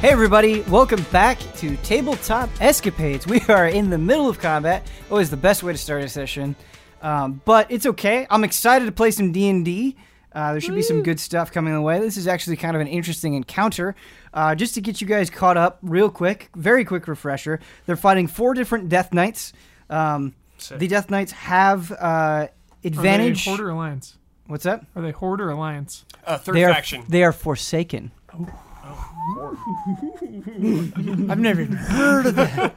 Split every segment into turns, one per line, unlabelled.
Hey, everybody, welcome back to Tabletop Escapades. We are in the middle of combat. Always the best way to start a session. Um, but it's okay. I'm excited to play some D&D. Uh, there should be some good stuff coming the way. This is actually kind of an interesting encounter. Uh, just to get you guys caught up real quick, very quick refresher. They're fighting four different Death Knights. Um,
Sick.
the Death Knights have uh, advantage.
Are they Horde or Alliance?
What's up?
Are they Horde or Alliance?
Uh, third
they are
faction.
they are forsaken. I've never even heard of that.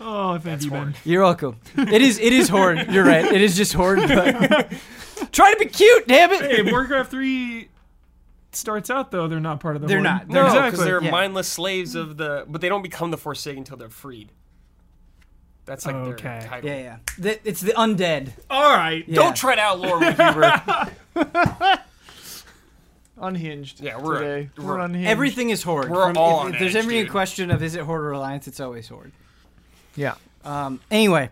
Oh, thank you, Ben.
You're welcome. It is it is horde. You're right. It is just horde. But try to be cute, damn it.
Hey, Warcraft 3 starts out, though, they're not part of the
They're
Horde.
not.
no,
They're-
because
exactly.
they're
yeah.
mindless slaves of the. But they don't become the Forsaken until they're freed. That's like their
Okay.
title.
Yeah, yeah. The- it's the undead.
All right.
Yeah.
Don't tread out lore, Weaver.
unhinged.
Yeah, we're-
today.
we're-
we're, unhinged.
Everything is horde. if,
We're all
if
on
there's
edge,
ever any
dude.
question of is it horde or alliance, it's always horde.
yeah.
Um, anyway,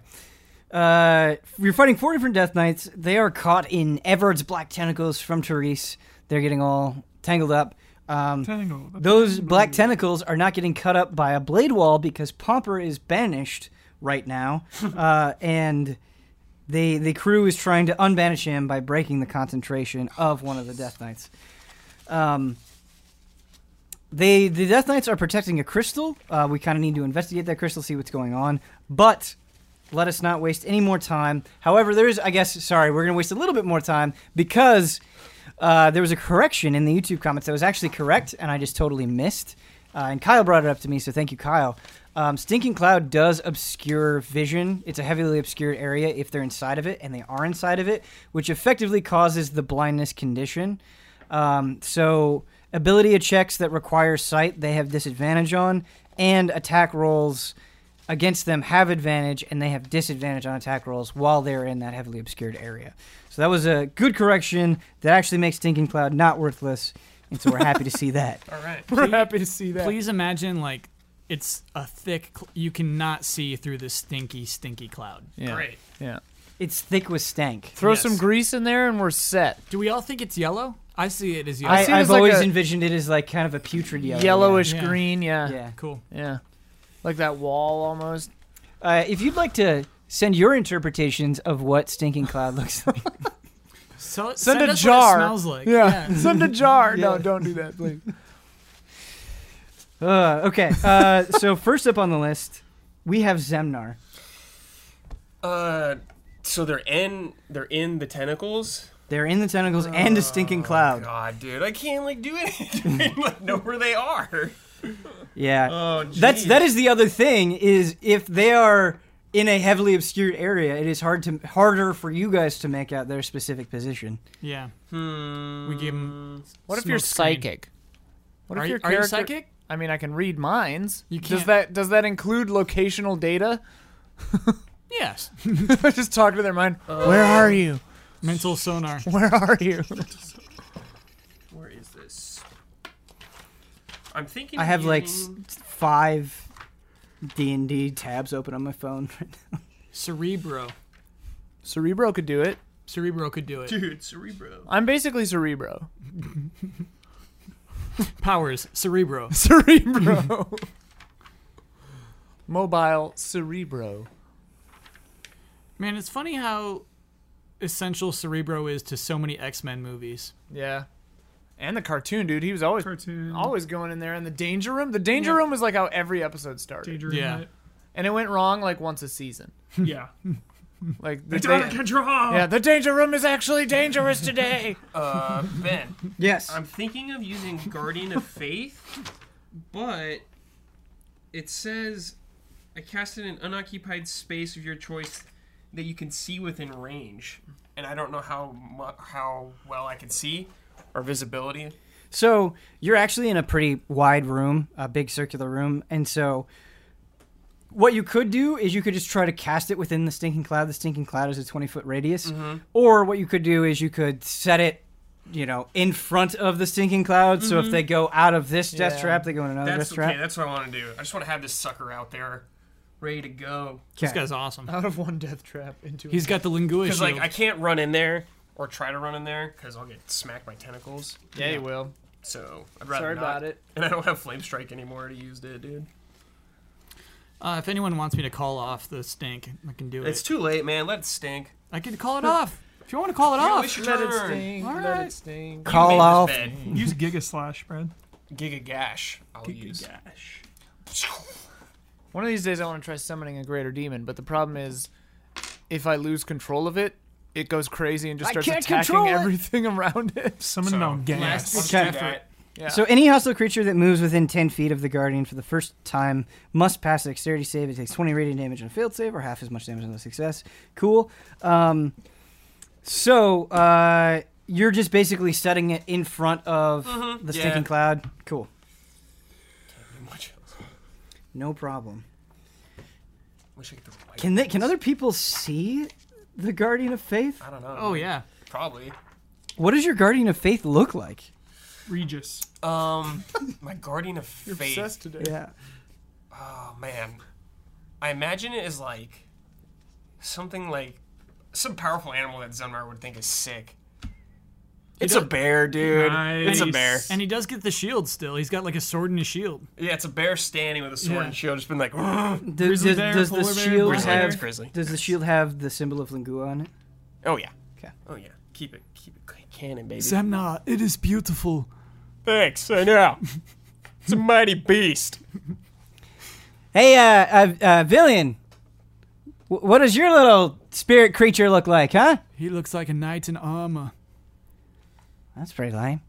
uh, you're fighting four different Death Knights. They are caught in Everard's black tentacles from Therese. They're getting all tangled up. Um,
Tangle. That's
Those black tentacles are not getting cut up by a blade wall because Pomper is banished right now, uh, and they the crew is trying to unbanish him by breaking the concentration of one of the Death Knights. Um, they the Death Knights are protecting a crystal. Uh, we kind of need to investigate that crystal, see what's going on, but. Let us not waste any more time. However, there is, I guess, sorry, we're going to waste a little bit more time because uh, there was a correction in the YouTube comments that was actually correct, and I just totally missed. Uh, and Kyle brought it up to me, so thank you, Kyle. Um, Stinking Cloud does obscure vision. It's a heavily obscured area if they're inside of it, and they are inside of it, which effectively causes the blindness condition. Um, so, ability checks that require sight, they have disadvantage on, and attack rolls against them have advantage and they have disadvantage on attack rolls while they're in that heavily obscured area. So that was a good correction that actually makes Stinking Cloud not worthless. And so we're happy to see that.
All right.
We're happy to see that.
Please imagine like it's a thick. Cl- you cannot see through the stinky, stinky cloud.
Yeah.
Great.
Yeah.
It's thick with stank.
Throw
Yes.
some grease in there and we're set.
Do we all think it's yellow? I see it as yellow.
I,
see it
I've
as like
always
a-
envisioned it as like kind of a putrid yellow.
Yellowish
Yeah.
green. Yeah.
Yeah.
yeah.
yeah.
cool.
Like that wall almost.
Uh, if you'd like to send your interpretations of what Stinking Cloud looks like,
So
Send, a
us
jar.
What it smells like.
Send a jar.
Yeah.
No, don't do that, please.
uh, okay. Uh, so first up on the list, we have Zemnar.
Uh, so they're in. They're in the tentacles.
They're in the tentacles and a Stinking Cloud.
God, dude, I can't like do anything. like know where they are.
Yeah.
Oh,
That's that is the other thing is if they are in a heavily obscured area, it is hard to harder for you guys to make out their specific position.
Yeah.
Hmm.
We give 'em-
Mm,
What if you're
Smoke screen.
psychic? What
Are,
if
you,
your
are you
character?
psychic?
I mean, I can read minds.
You
Does
can't-
that does that include locational data?
Yes.
Just talk to their mind. Where are you?
Mental sonar.
Where are you?
Where is this? I'm thinking.
I
of
have like s-
using-
five D and D tabs open on my phone.
Cerebro.
Cerebro could do it.
Cerebro could do it.
dude, Cerebro.
I'm basically Cerebro.
Powers. Cerebro.
Cerebro. Mobile Cerebro.
Man, it's funny how essential Cerebro is to so many X Men movies.
Yeah. And the cartoon dude, he was always
Cartoon.
always going in there in the danger room. The danger
Yeah.
room was like how every episode started.
Danger
Yeah.
And it went wrong like once a season.
Yeah.
Like the
It's out
da-
of control.
Yeah, the danger room is actually dangerous today.
Uh, Ben.
yes.
I'm thinking of using Guardian of Faith, but it says I cast it in an unoccupied space of your choice that you can see within range, and I don't know how mu- how well I can see or visibility.
So you're actually in a pretty wide room, a big circular room, and so what you could do is you could just try to cast it within the stinking cloud. The stinking cloud is a 20 foot radius,
Mm-hmm.
or what you could do is you could set it, you know, in front of the stinking cloud. So if they go out of this death
Yeah.
trap, they go in another
Mm-hmm. That's
death
okay.
trap.
That's what I want to do. I just want to have this sucker out there, ready to go.
This
'Kay.
guy's awesome.
Out of one death trap into
He's got the lingua
Because
shield.
like I can't run in there or try to run in there because I'll get smacked by tentacles.
Yeah, he will.
so I'd rather
Sorry
not.
about it.
And I don't have flame strike anymore to use it, dude.
Uh, if anyone wants me to call off the stink, I can do
It's
it.
too late, man. Let it stink.
I can call it off. If you want to call it
Yeah,
off,
we should
Let it
turn.
sting.
All
Let
right.
it sting.
Call off.
Use Giga Slash, Brad.
Giga gash. I'll use.
Gash.
One of these days, I want to try summoning a greater demon, but the problem is, if I lose control of it, it goes crazy and just
I
starts
can't
attacking
control it.
everything around it.
Summon
So,
no
Last
gas.
let's
Okay.
do that.
Yeah.
So any hostile creature that moves within 10 feet of the guardian for the first time must pass a dexterity save. It takes 20 radiant damage on a failed save or half as much damage on a success. Cool. Um, so uh, you're just basically setting it in front of
Mm-hmm.
the
yeah.
stinking cloud. Cool.
Much else.
No problem.
Wish I could throw light.
Can they, can other people see the guardian of faith?
I don't know.
oh yeah,
Probably.
What does your guardian of faith look like?
Regis.
Um, my guardian of
You're
faith.
obsessed today.
Yeah.
Oh man, I imagine it is like something like some powerful animal that Zunmar would think is sick. It's a bear, dude. It's a
Nice.
bear.
and he does get the shield still. He's got like a sword and a shield.
Yeah, it's a bear standing with a sword
Yeah.
and shield, just been like. oh, "Grr."
Does,
Grizzly
does-
bear,
does the
polar bear,
shield
grizzly
bear. It's
have
grizzly.
Does the shield have the symbol of Lingua on it?
Oh yeah.
'Kay.
Oh yeah. Keep it. Keep it. c- Cannon, baby.
Zemna, it is beautiful.
Thanks. I know. it's a mighty beast.
Hey, uh, uh, uh Villian, wh- what does your little spirit creature look like, huh?
He looks like a knight in armor.
That's pretty lame.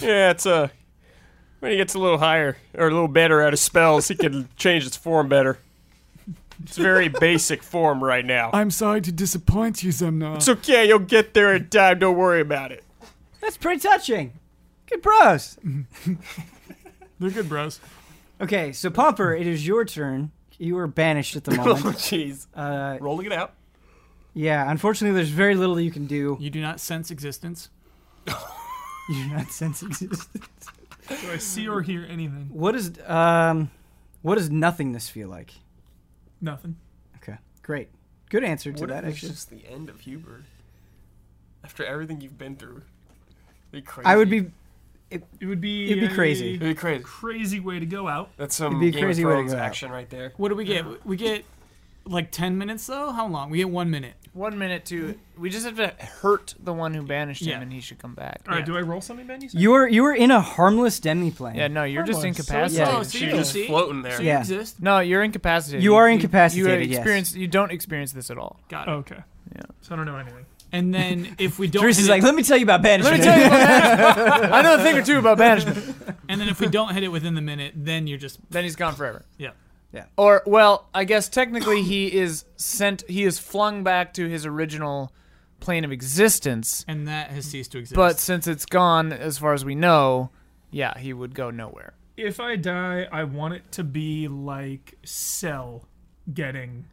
Yeah, it's uh when he gets a little higher or a little better at his spells, he can change his form better. It's very basic form right now.
I'm sorry to disappoint you, Zemna.
It's okay, you'll get there in time. Don't worry about it.
That's pretty touching. Good bros.
They're good bros.
Okay, so Pomper, it is your turn. You are banished at the
Oh
moment.
jeez.
Uh,
Rolling it out.
yeah, unfortunately, there's very little you can do.
You do not sense existence.
You do not sense existence.
Do I see or hear anything?
What is um, what does nothingness feel like?
Nothing.
Okay, great, good answer to
What
that.
if it's
Actually,
just the end of Huber? After everything you've been through, it'd be crazy.
I would be
It would be.
It'd be
a
crazy.
It'd be crazy.
Crazy way to go out.
That's some
It'd be a
Game
crazy
of
way to
Thrones
go out.
action right there.
What do we get? We get like ten minutes though. How long? We get one minute.
One minute to. We just have to hurt the one who banished him,
Yeah.
and he should come back.
All right,
Yeah.
do I roll something, Ben? You said?
you were you were in a harmless demiplane.
Yeah, no, you're just
Harmless.
incapacitated.
Yeah.
Oh, so you
She's
can
just
see.
floating there.
So you
Yeah.
exist.
No, you're incapacitated.
You are
You,
incapacitated, yes.
experience, you don't experience this at all.
Got it.
Oh.
Okay.
Yeah.
So I don't know anything.
And then if we don't,
Bruce
hit
is
it-
like, let me tell you about banishment.
Let me tell you about banishment. I know a thing or two about banishment.
and then if we don't hit it within the minute, then you're just
Then he's gone forever.
yeah.
Or well, I guess technically he is sent. He is flung back to his original plane of existence.
And that has ceased to exist.
But since it's gone, as far as we know, yeah, he would go nowhere.
If I die, I want it to be like Cell getting.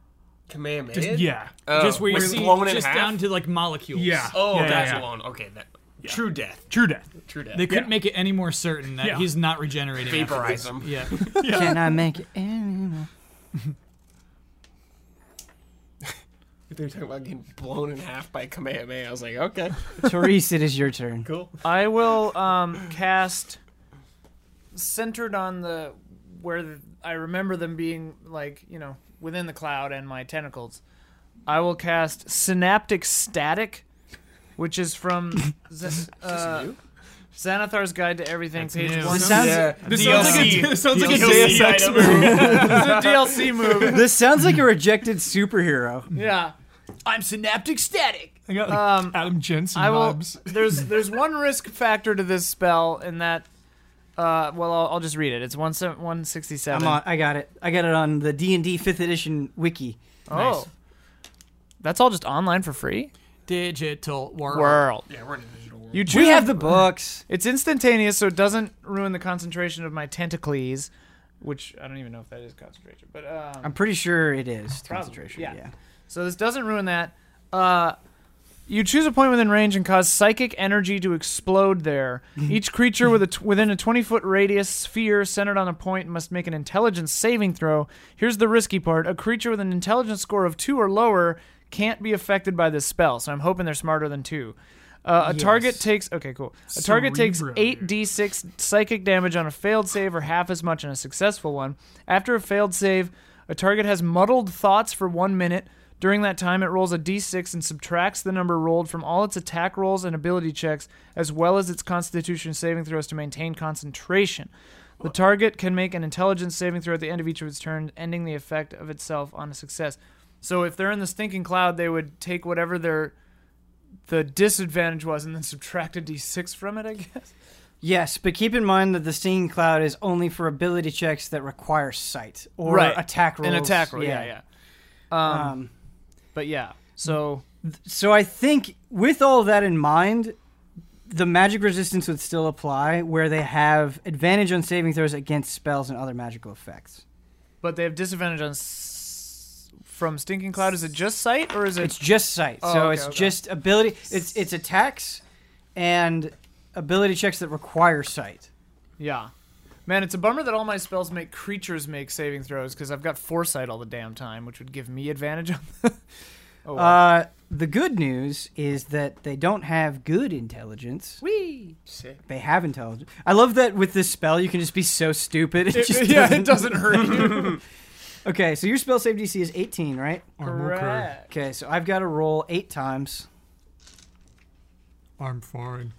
Kamehameha.
Just, yeah.
Oh,
just where
was
you're
he blown in
just
half?
down to like molecules.
Yeah.
Oh,
yeah,
that's
yeah, yeah.
blown. Okay, that. True death.
True death.
True death.
They couldn't
Yeah.
make it any more certain that
Yeah.
he's not regenerating. after
Vaporize
this.
him.
Yeah.
Can I make it anymore?
They were talking about getting blown in half by Kamehameha. I was like, okay,
Therese, it is your turn.
cool.
I will um, cast centered on the where the, I remember them being like you know within the cloud and my tentacles. I will cast synaptic static, which is from Z- uh,
new?
Xanathar's Guide to Everything,
That's
page
new.
one.
This
sounds-
This
DLC.
sounds like a, this sounds like a
DLC
Deus Ex
item.
move.
It's a DLC move.
This sounds like a rejected superhero.
Yeah, I'm synaptic static.
I got like
Um,
Adam Jensen
I will.
vibes.
There's there's one risk factor to this spell, and that. Uh, well, I'll, I'll just read it. It's one seven one sixty
I'm
seven.
on. I got it. I got it on the D and D fifth edition wiki.
Oh,
Nice.
that's all just online for free.
Digital world.
World.
Yeah, we're in a digital world.
You choose.
We have the books.
It's instantaneous, so it doesn't ruin the concentration of my tentacles, which I don't even know if that is concentration. But um,
I'm pretty sure it is
Probably,
concentration.
yeah.
yeah.
So this doesn't ruin that. Uh, you choose a point within range and cause psychic energy to explode there. Each creature with a t- within a 20 foot radius sphere centered on a point must make an intelligence saving throw. Here's the risky part a creature with an intelligence score of two or lower can't be affected by this spell, so I'm hoping they're smarter than two. Uh, a target
Yes.
takes okay, cool. A target
Cerebro,
takes
dude.
8d6 psychic damage on a failed save or half as much on a successful one. After a failed save, a target has muddled thoughts for 1 minute. During that time, it rolls a d6 and subtracts the number rolled from all its attack rolls and ability checks as well as its constitution saving throws to maintain concentration. The target can make an intelligence saving throw at the end of each of its turns, ending the effect of itself on a success. So if they're in the stinking cloud, they would take whatever their the disadvantage was and then subtract a d6 from it, I guess.
Yes, but keep in mind that the stinging cloud is only for ability checks that require sight or attack rolls.
An attack roll, yeah, yeah. Um,
Um,
but yeah, so
so I think with all of that in mind, the magic resistance would still apply, where they have advantage on saving throws against spells and other magical effects.
but they have disadvantage on s- from stinking cloud. Is it just sight or is it?
It's just sight,
Oh,
so
okay,
it's
okay.
just ability. It's it's attacks and ability checks that require sight.
yeah, man, it's a bummer that all my spells make creatures make saving throws because I've got foresight all the damn time, which would give me advantage on. oh, well.
Uh, the good news is that they don't have good intelligence.
Whee!
Sick.
They have intelligence. I love that with this spell, you can just be so stupid. It, just
yeah,
doesn't-
it doesn't hurt you.
Okay, so your spell save DC is 18, right?
Arm will cry.
Okay, so I've got to roll eight times.
Arm foreign.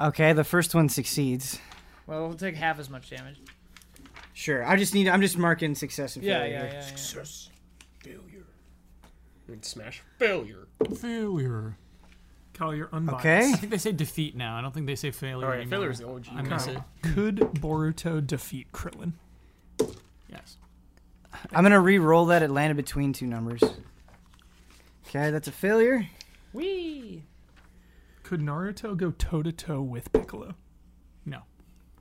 Okay, the first one succeeds.
Well, it'll take half as much damage.
Sure. I just need. I'm just marking success and failure.
Success. Failure. I mean, smash. Failure.
Failure.
Call your unbiased.
Okay.
I think they say defeat now. I don't think they say failure
All right,
anymore.
failure is the OG.
I miss it.
Could Boruto defeat Krillin?
Yes.
I'm gonna re-roll that. It landed between two numbers. Okay, that's a failure.
Whee!
Could Naruto go toe to toe with Piccolo?
No.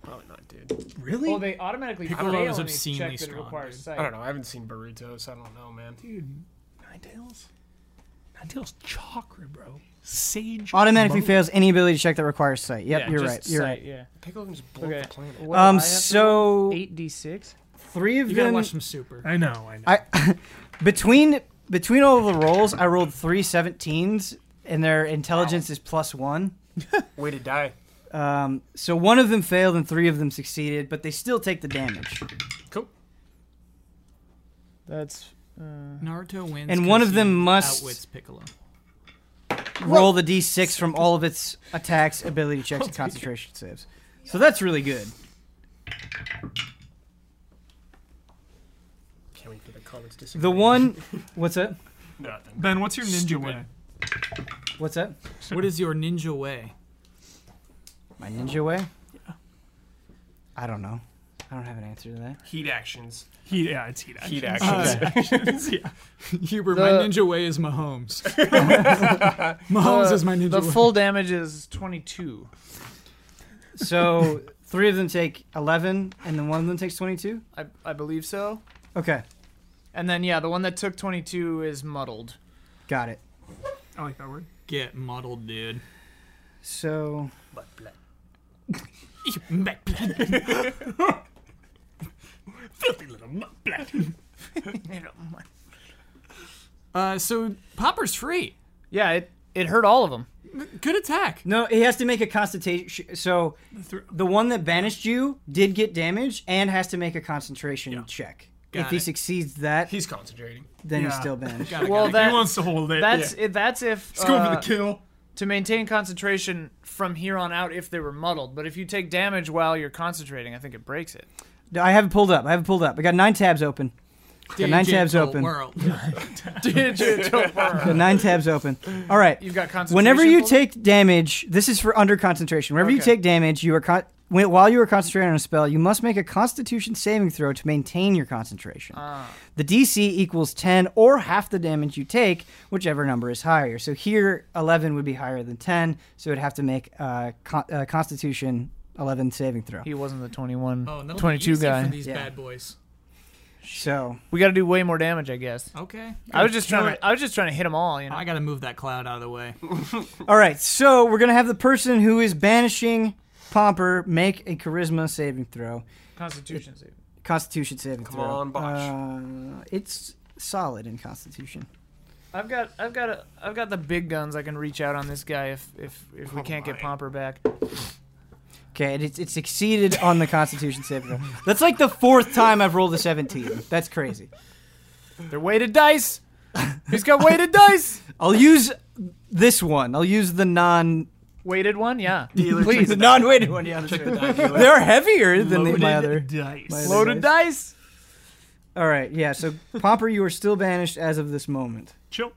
Probably not, dude.
Really?
Well, they automatically
Piccolo
fail
is
on each
obscenely
check that
strong,
requires
dude.
sight.
I don't know. I haven't seen Burrito, so I don't know, man.
Dude, Ninetales? Ninetales chakra, bro. Sage.
Automatically
mode.
fails any ability check that requires sight. Yep,
Yeah,
you're
just
right. You're
sight, Yeah.
Piccolo can just blow
Okay.
up the planet.
What do I
right. Um,
have to roll?
so
eight d six.
three of
You gotta
them
watch some super.
I know, I know.
I between between all the rolls, I rolled three 17s, and their intelligence is plus one.
Way to die.
Um, so one of them failed and three of them succeeded, but they still take the damage.
That's uh,
Naruto wins.
And
'cause
one of
he
them must-
outwits Piccolo.
roll the d6 from all of its attacks, ability checks, and concentration saves. So that's really good.
Can't wait for the comments to
The one, what's that?
Nothing.
ben, what's your ninja
Stupid.
way?
What's that?
What is your ninja way?
My ninja way? I don't know. I don't have an answer to that.
Heat actions.
He, yeah, it's Heat Action.
Heat actions.
Huber,
The-
my ninja way is Mahomes. Mahomes is my ninja
The
way.
full damage is twenty two.
So three of them take 11, and then one of them takes 22.
I I believe so.
Okay,
And then yeah, the one that took twenty two is muddled.
got it.
I like that word.
Get muddled, dude.
So
Uh, so Popper's free.
Yeah, it it hurt all of them.
Good attack.
no, he has to make a concentration. So the one that banished you did get damage and has to make a concentration check. if
Got
he
it.
succeeds that,
He's concentrating.
then he's
Yeah.
still banished.
Got it,
Well,
got it.
that
he wants to hold it.
that's it, that's if
Let's go for
uh,
the kill.
to maintain concentration from here on out if they were muddled. But if you take damage while you're concentrating, I think it breaks it.
No, I have it pulled up. I have it pulled up. I got nine tabs open.
Digital
nine tabs open.
World.
Got nine tabs open. All right.
You've got concentration.
Whenever you
pulled?
take damage, this is for under concentration. Whenever you
Okay.
take damage, you are con- when, while you are concentrating on a spell, you must make a Constitution saving throw to maintain your concentration.
Ah.
The DC equals ten or half the damage you take, whichever number is higher. So here, eleven would be higher than ten, so it'd have to make a con- uh, Constitution eleven saving throw.
He wasn't the 21,
Oh, and that'll be
22
easy
guy.
For these
Yeah.
bad boys.
So
We got to do way more damage, I guess.
Okay.
I was just
Kill
trying
it.
to. I was just trying to hit them all. You know.
I gotta move that cloud out of the way.
All right, so we're gonna have the person who is banishing Pomper make a charisma saving throw,
Constitution save.
Constitution saving
Come
throw.
on, Bosch.
Uh, it's solid in Constitution.
I've got I've got a, I've got the big guns. I can reach out on this guy if if, if we can't get Pomper back.
Okay, and it, it succeeded on the Constitution saving throw. That's like the fourth time I've rolled a 17. That's crazy.
They're weighted dice. He's got weighted dice.
I'll use this one. I'll use the non
Weighted one, yeah.
please the non weighted one. Yeah, check They're heavier than the, my other.
dice.
my other
Loaded dice.
All right, yeah. So Pomper, you are still banished as of this moment.
Chill.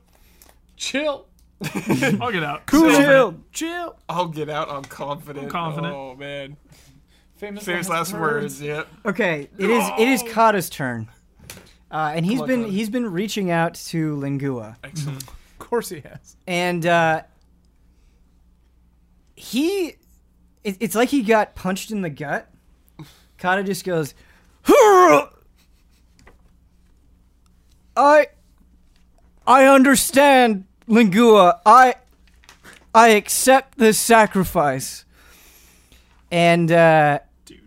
Chill.
I'll get out.
Cool.
Chill.
I'll get out. I'm confident.
I'm confident.
Oh man.
Famous,
Famous last words. Yep.
Okay, it is it is Kata's turn, uh, and he's
on,
been
Kata.
he's been reaching out to Lingua,
Excellent.
Of course he has.
and uh, he it, it's like he got punched in the gut. Kata just goes, "Hurrah! I I understand, Lingua. I I accept this sacrifice. And uh
Dude.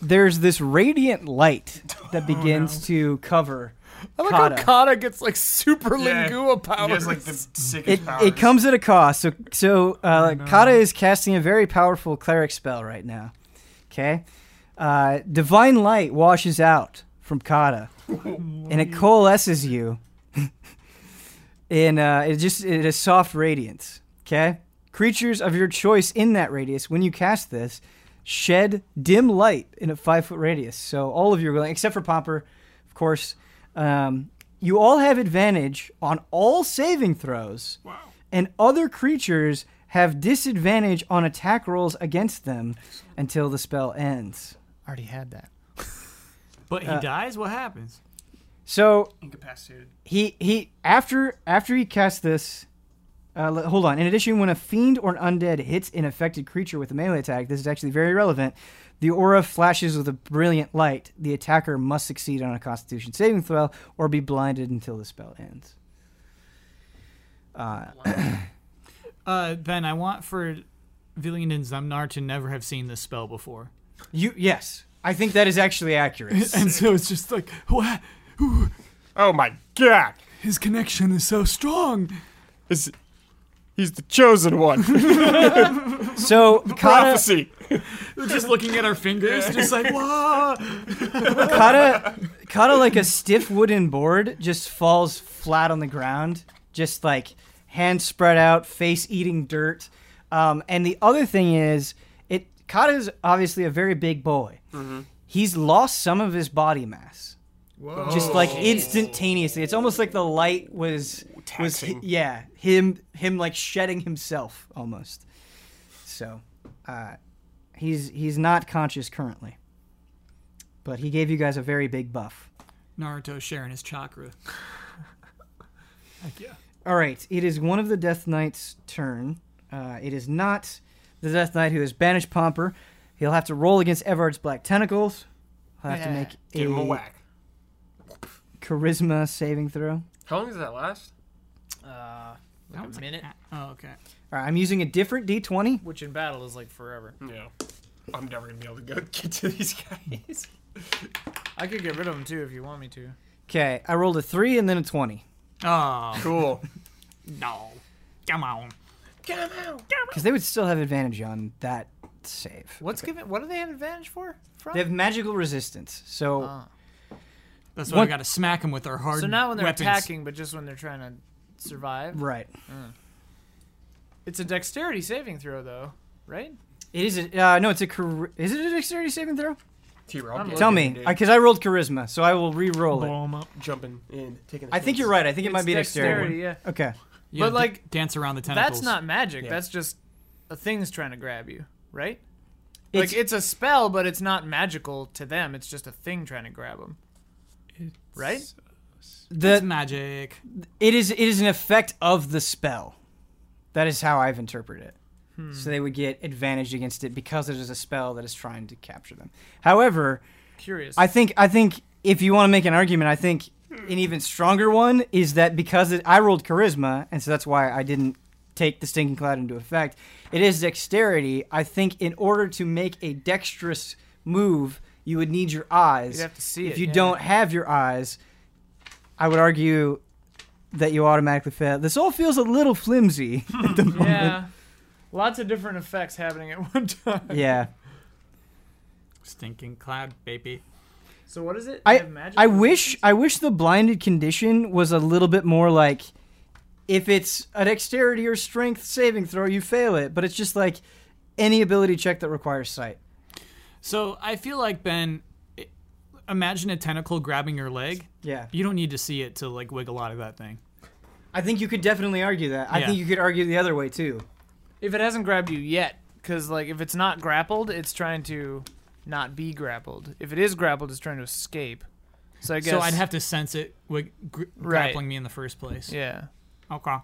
there's this radiant light that begins to cover.
I like
Kata.
how Kata gets like super
Yeah.
lingua
He
powers.
has like the sickest
It,
powers.
it comes at a cost. So so uh, Kata is casting a very powerful cleric spell right now. Okay, uh, divine light washes out from Kata, and it coalesces you. in uh, it just it is soft radiance. Okay, creatures of your choice in that radius. When you cast this, shed dim light in a five foot radius. So all of you are going, except for Pomper, of course. Um, you all have advantage on all saving throws,
Wow.
and other creatures have disadvantage on attack rolls against them until the spell ends.
already had that.
But he dies. What happens?
So
Incapacitated.
he he after after he casts this uh, le- hold on in addition when a fiend or an undead hits an affected creature with a melee attack this is actually very relevant the aura flashes with a brilliant light the attacker must succeed on a constitution saving throw or be blinded until the spell ends uh,
Uh, then I want for Villian and Zemnar to never have seen this spell before.
you yes i think that is actually accurate
and so it's just like, what?
oh my god.
His connection is so strong.
Is he's the chosen one?
so kata,
Prophecy.
just looking at our fingers, just like, wow.
kata kata like a stiff wooden board just falls flat on the ground just like hands spread out face eating dirt um, and the other thing is it kata's obviously a very big boy he's lost some of his body mass just like instantaneously it's almost like the light was was hi-
taxing.
yeah him him like shedding himself almost so uh, he's he's not conscious currently but he gave you guys a very big buff
Naruto sharing his chakra.
All right. It is one of the Death Knight's turn. Uh, it is not the Death Knight who has banished Pomper. He'll have to roll against Everard's black tentacles. He'll have to
Yeah.
make
Give him a
a
whack.
charisma saving throw. All
How long does that last?
Uh,
That
like
one's
a minute,
Oh, okay.
right. I'm using a different D20.
which in battle is like forever.
Yeah. I'm never gonna be able to go get to these guys.
I could get rid of him too if you want me to.
Okay. I rolled a three and then a 20
Oh,
Cool.
no. Come on.
Come out.
because they would still have advantage on that save.
What's given? What do they have advantage for? From?
They have magical resistance. So
Ah.
That's why
What-
we gotta smack him with our hard
so not when they're
weapons.
attacking, but just when they're trying to survive.
right.
It's a dexterity saving throw though, right?
It is a uh, no. It's a char- is it a dexterity saving throw?
T-Rob.
Tell me,
dude.
because I rolled charisma, so I will re-roll it.
Blow him up.
jumping in, taking. The
I think you're right. I think it might
It's
be
dexterity.
dexterity.
Yeah,
Okay.
You know,
But, like,
d- dance around the tentacles.
that's not magic.
Yeah.
That's just a thing's trying to grab you, right?
It's-
like it's a spell, but it's not magical to them. It's just a thing trying to grab them, right?
It's
The
magic.
It is it is an effect of the spell. That is how I've interpreted it. So they would get advantage against it because it is a spell that is trying to capture them. However,
Curious.
I think I think if you want to make an argument, I think an even stronger one is that because it, I rolled charisma, and so that's why I didn't take the stinking cloud into effect. It is dexterity. I think in order to make a dexterous move, you would need your eyes.
You'd have to see
If
it,
you
yeah.
don't have your eyes, I would argue that you automatically fail. This all feels a little flimsy.
Yeah. Lots of different effects happening at one time.
yeah.
Stinking cloud, baby.
So what is it?
I-
You have magic
I
resistance?
wish I wish the blinded condition was a little bit more like if it's a dexterity or strength saving throw, you fail it, but it's just like any ability check that requires sight.
So I feel like Ben. i- Imagine a tentacle grabbing your leg.
Yeah.
You don't need to see it to like wiggle out of that thing.
I think you could definitely argue that. I
Yeah.
think you could argue the other way too.
If it hasn't grabbed you yet, because like if it's not grappled, it's trying to not be grappled. If it is grappled, it's trying to escape. So I guess.
So I'd have to sense it wig- gr-
Right.
grappling me in the first place.
Yeah.
Okay.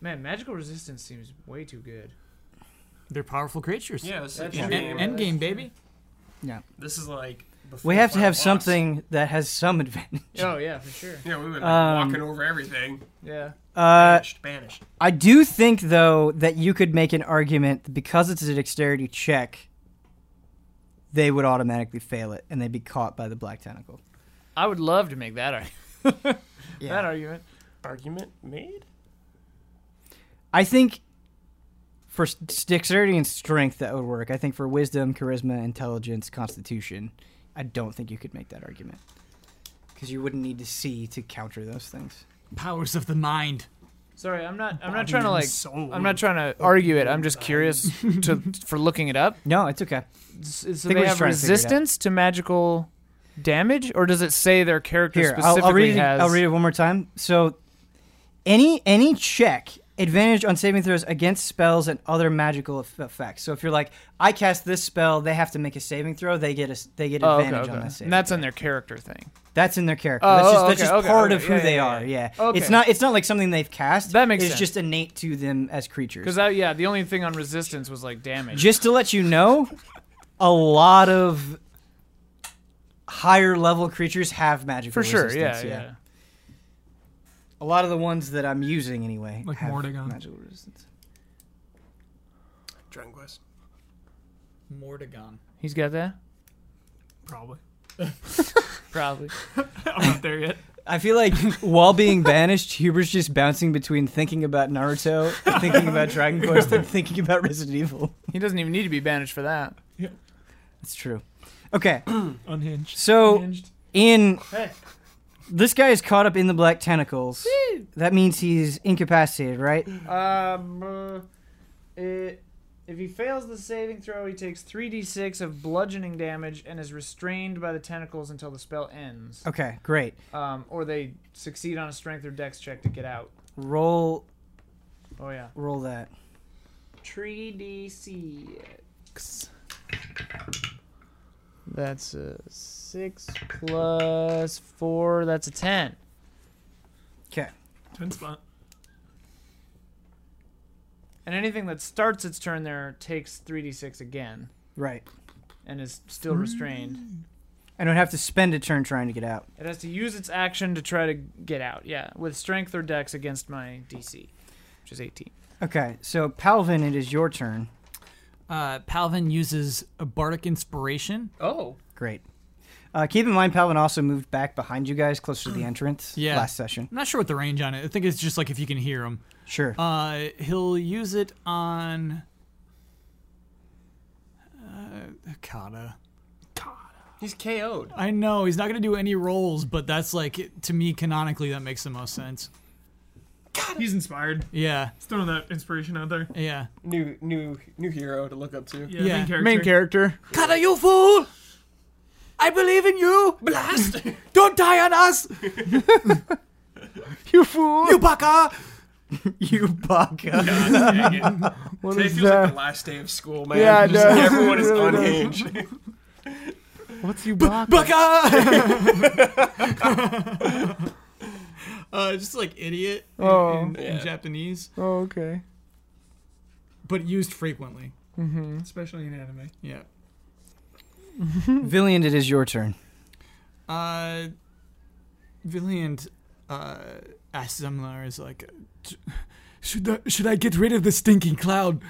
Man, magical resistance seems way too good.
They're powerful creatures.
Yeah, this is
That's
a
End,
game.
end game, baby.
This is like. before
We have to
final
have
boss.
something that has some advantage.
Oh yeah, for sure.
Yeah, we were like
Um,
walking over everything.
Yeah.
Uh,
banished, banished.
I do think though that you could make an argument that because it's a dexterity check, they would automatically fail it and they'd be caught by the black tentacle.
I would love to make that argument. That argument.
Argument made.
I think for s- dexterity and strength that would work. I think for wisdom, charisma, intelligence, constitution, I don't think you could make that argument because you wouldn't need to see to counter those things.
Powers of the mind.
Sorry, I'm not. I'm not
Body
trying to
and
like.
soul.
I'm not trying to argue it. I'm just curious to for looking it up.
No, it's okay.
S- So
we're
they
just trying
have
to figure it out.
resistance to magical damage, or does it say their character
Here,
specifically
I'll, I'll read it.
has?
I'll read it one more time. So, any any check advantage on saving throws against spells and other magical eff- effects. So if you're like, I cast this spell, they have to make a saving throw. They get a s- they get
Oh, okay,
advantage
okay.
on that.
And
Saving.
that's on their character thing.
That's in their character.
Oh,
that's just,
oh,
that's
okay,
just
okay,
part
okay.
of who
Yeah,
they
yeah,
are. Yeah.
yeah. Okay.
It's not it's not like something they've cast.
That makes
it's
sense.
just innate to them as creatures.
Because yeah, the only thing on resistance was like damage.
just to let you know, a lot of higher level creatures have magical
for sure. Yeah,
resistance,
yeah,
A lot of the ones that I'm using anyway
Like
have
Mordegon.
magical resistance.
Dragon Quest.
Mordegon.
He's got that
Probably.
probably.
I'm not there yet.
I feel like while being banished, Huber's just bouncing between thinking about Naruto, thinking about Dragon Quest, and thinking about Resident Evil.
He doesn't even need to be banished for that.
That's true. Okay,
Unhinged.
so
Unhinged.
in
Hey.
this guy is caught up in the black tentacles. That means he's incapacitated, right?
Um, uh, it, if he fails the saving throw, he takes 3d6 of bludgeoning damage and is restrained by the tentacles until the spell ends.
Okay, great.
Um, or they succeed on a strength or dex check to get out.
Roll,
Oh yeah.
roll that.
3d6. That's a 6 plus 4. That's a 10.
Okay.
Ten spot.
And anything that starts its turn there takes 3d6 again
Right.
and is still restrained.
I don't have to spend a turn trying to get out.
It has to use its action to try to get out. Yeah, with strength or dex against my DC, which is 18.
Okay, so Palvin, it is your turn.
Uh, Palvin uses a bardic inspiration.
Oh.
Great. Uh, keep in mind, Palvin also moved back behind you guys, closer to the entrance.
Yeah.
Last session.
I'm not sure what the range on it. I think it's just like if you can hear him.
Sure.
Uh, he'll use it on. Uh, Kata.
He's KO'd.
I know he's not gonna do any rolls, but that's like to me canonically that makes the most sense.
He's inspired.
Yeah,
He's throwing that inspiration out there.
yeah,
New, new, new hero to look up to.
Yeah.
Yeah. Main character.
Main character.
Kata, you fool! I believe in you. Blast! Don't die on us,
you fool!
you baka!
You baka.
God, dang it. Today feels like the last day of school, man.
Yeah, it
Just
does.
everyone is
It really does.
unhinged.
What's you block?
Baka! uh, just like idiot in,
Oh.
in, in
Yeah.
Japanese,
Oh, okay.
but used frequently. Mm-hmm.
Especially in anime.
Yeah.
Villian, it is your turn.
Uh, Villiant uh, asks Zemlar, is like, should I, should I get rid of the stinking cloud?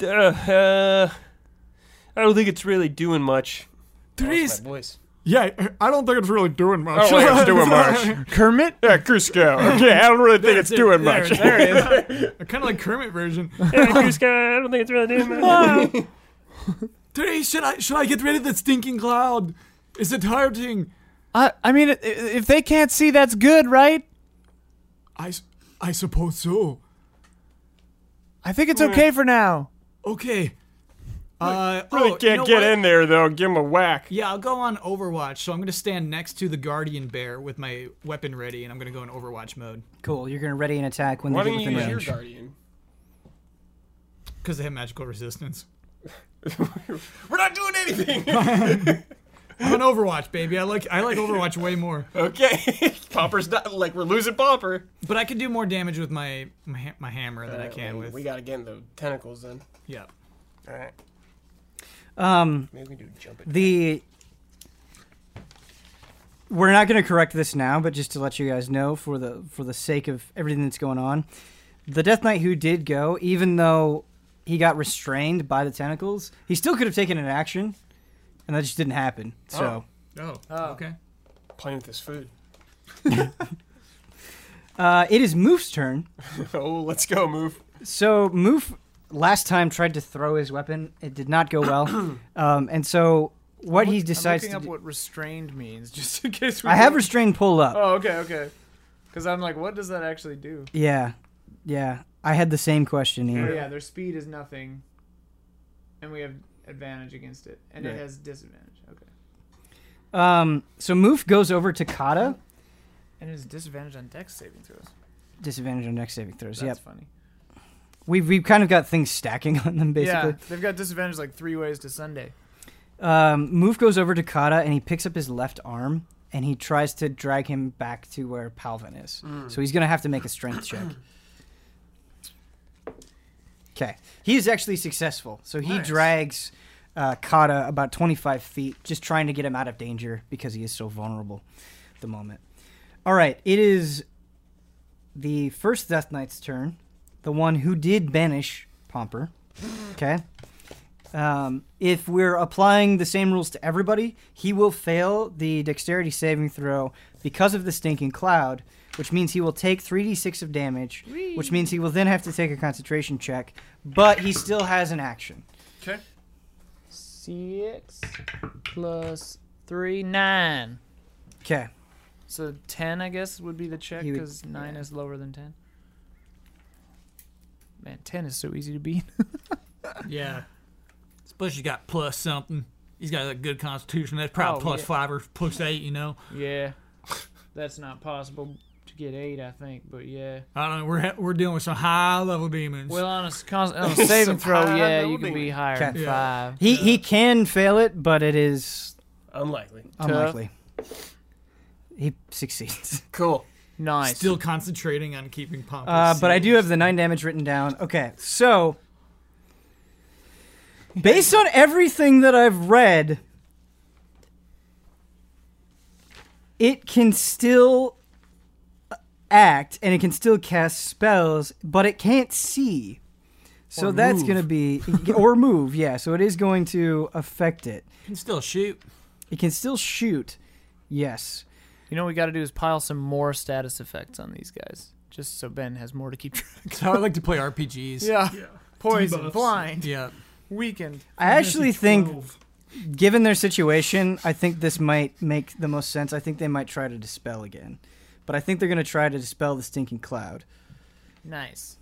Uh, uh, I don't think it's really doing much.
There is
voice.
Yeah, I don't think it's really doing much.
I
Oh,
don't think it's doing much.
Kermit?
Yeah, Cusco. Okay, I don't really think it's doing much.
There it is. kind of like Kermit version.
Yeah, Cusco, I don't think it's really doing much.
Today, should I should I get rid of the stinking cloud? Is it hurting?
I, I mean, i- i- if they can't see, that's good, right?
I, s- I suppose so.
I think it's okay for now.
Okay. Uh,
Really
oh, you
can't
know
get
what?
in there though. Give him a whack.
Yeah, I'll go on Overwatch. So I'm gonna stand next to the Guardian Bear with my weapon ready, and I'm gonna go in Overwatch mode
Cool. You're gonna ready an attack when
Why
they
don't
get
you
within
use your
range.
guardian?
because they have magical resistance.
We're not doing anything.
I'm on Overwatch, baby. I like I like Overwatch way more.
Okay, Popper's not like we're losing Popper.
But I can do more damage with my my, ha- my hammer than I can
we,
with
we gotta get in the tentacles then.
yeah.
All right,
Um,
maybe we can do jump it.
the we're not going to correct this now, but just to let you guys know, for the for the sake of everything that's going on, the Death Knight who did go, even though he got restrained by the tentacles, he still could have taken an action, and that just didn't happen. So,
Oh, okay.
Playing with this food.
uh, it is Moof's turn.
Oh, let's go move.
So Moof last time tried to throw his weapon. It did not go well, um, and so what he decides
I'm
to
looking up
do,
what restrained means, just in case we.
I have restrained pull up.
Oh, okay, okay. Because I'm like, what does that actually do?
Yeah, yeah. I had the same question
Oh,
here.
yeah, their speed is nothing, and we have advantage against it, and
Right.
it has disadvantage. Okay,
Um, so Moof goes over to Kata.
and it has disadvantage on dex saving throws.
Disadvantage on next saving throws.
That's
Yep.
funny.
We've, we've kind of got things stacking on them, basically.
Yeah, they've got disadvantage like three ways to Sunday.
Um, Moof goes over to Kata and he picks up his left arm and he tries to drag him back to where Palvin is. So he's going to have to make a strength check. Okay. He is actually successful. So he
Nice.
drags uh, Kata about 25 feet, just trying to get him out of danger because he is so vulnerable at the moment. All right. It is the first Death Knight's turn, the one who did banish Pomper. Okay. Um, if we're applying the same rules to everybody, he will fail the dexterity saving throw because of the stinking cloud, which means he will take 3d6 of damage, which means he will then have to take a concentration check, but he still has an action.
Okay.
Six plus three nine.
Okay.
So ten, I guess, would be the check
You would-
because nine is lower than ten. Man, ten is so easy to beat.
Yeah. Plus you got plus something. He's got a good constitution. That's probably
Oh,
plus
yeah.
five or plus eight. You know.
yeah, that's not possible to get eight, I think. But yeah.
I don't know. We're ha- we're dealing with some high level demons.
Well, on a, s- cons- on a saving throw,
high
yeah, you
building.
can be higher
Okay.
than
Yeah.
five.
He he can fail it, but it is
Unlikely.
unlikely. He succeeds.
Cool.
Nice.
Still concentrating on keeping Pompous.
Uh, but I do have the nine damage written down. Okay, so based on everything that I've read, it can still act and it can still cast spells, but it can't see. So that's going to be or move, yeah. So it is going to affect it.
can still shoot.
It can still shoot. Yes.
you know what we got to do is pile some more status effects on these guys, just so Ben has more to keep track.
That's how I like to play RPGs.
Yeah.
Yeah.
Poison,
Debuffs.
blind,
Yeah.
weakened.
I actually think
12.
given their situation, I think this might make the most sense. I think they might try to dispel again. But I think they're going to try to dispel the stinking cloud.
Nice.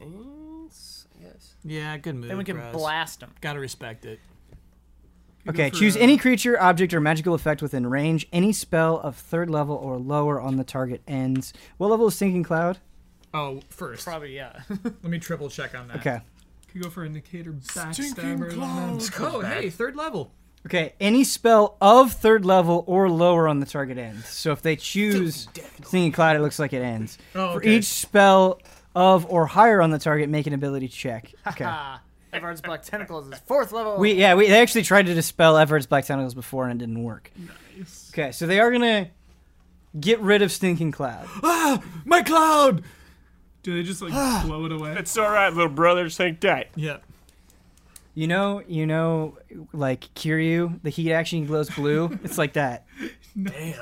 Nice. Yes.
Yeah. Good move.
Then we can
Russ.
blast them.
Gotta respect it.
Okay,
for,
choose
uh,
any creature, object, or magical effect within range. Any spell of third level or lower on the target ends. What level is Stinking Cloud?
Oh, first.
Probably yeah.
Let me triple check on that.
Okay.
Could go for indicator
Stinking
backstabber.
clouds. Oh, hey, third level.
Okay, any spell of third level or lower on the target ends. So if they choose Stinking Cloud, it looks like it ends.
Oh,
For
okay.
each spell of or higher on the target, make an ability check. Okay.
Ah, Everard's Black Tentacles is fourth level.
We yeah, we they actually tried to dispel Everett's black tentacles before and it didn't work.
Nice.
Okay, so they are gonna get rid of Stinking Cloud.
Ah, my cloud. Ah.
Do they just like blow it away?
It's all right, little brother. Just hang tight.
Yeah.
You know, you know, like Kiryu, the heat action he glows blue. it's like that.
Damn.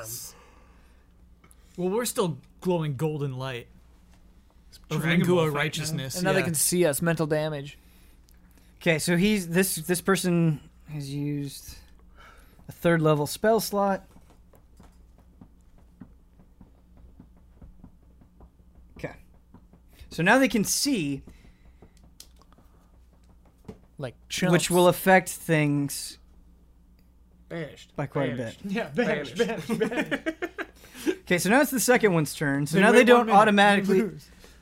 Well, we're still glowing golden light. Of
Dragon Ball
Rengoa
fight
righteousness.
And now they
yeah.
can see us. Mental damage.
Okay, so he's this this person has used a third level spell slot. Okay. So now they can see,
Like chumps.
which will affect things
Banished.
by quite a bit.
Yeah,
banished, banished,
Okay, so now it's the second one's turn. So
They
now they
wait one
don't
minute, they
automatically.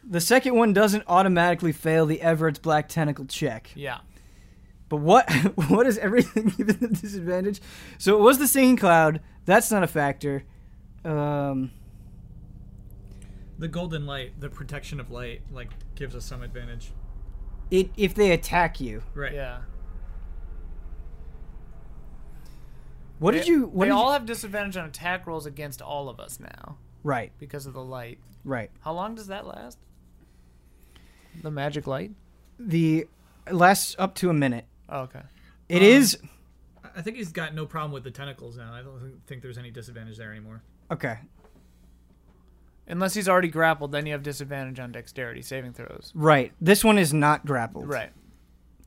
The second one doesn't automatically fail the Everett's Black Tentacle check.
Yeah.
But what what is everything given the disadvantage? So it was the singing cloud. That's not a factor. Um,
The golden light, the protection of light, like gives us some advantage.
it if they attack you.
Right.
Yeah.
What did you? What
They
did
all
you,
have disadvantage on attack rolls against all of us now
right,
because of the light.
right.
How long does that last? The magic light?
The it lasts up to a minute.
Oh, okay.
It is
I- I think he's got no problem with the tentacles now. I don't think- think there's any disadvantage there anymore.
okay,
Unless he's already grappled, then you have disadvantage on dexterity saving throws.
right. This one is not grappled.
Right.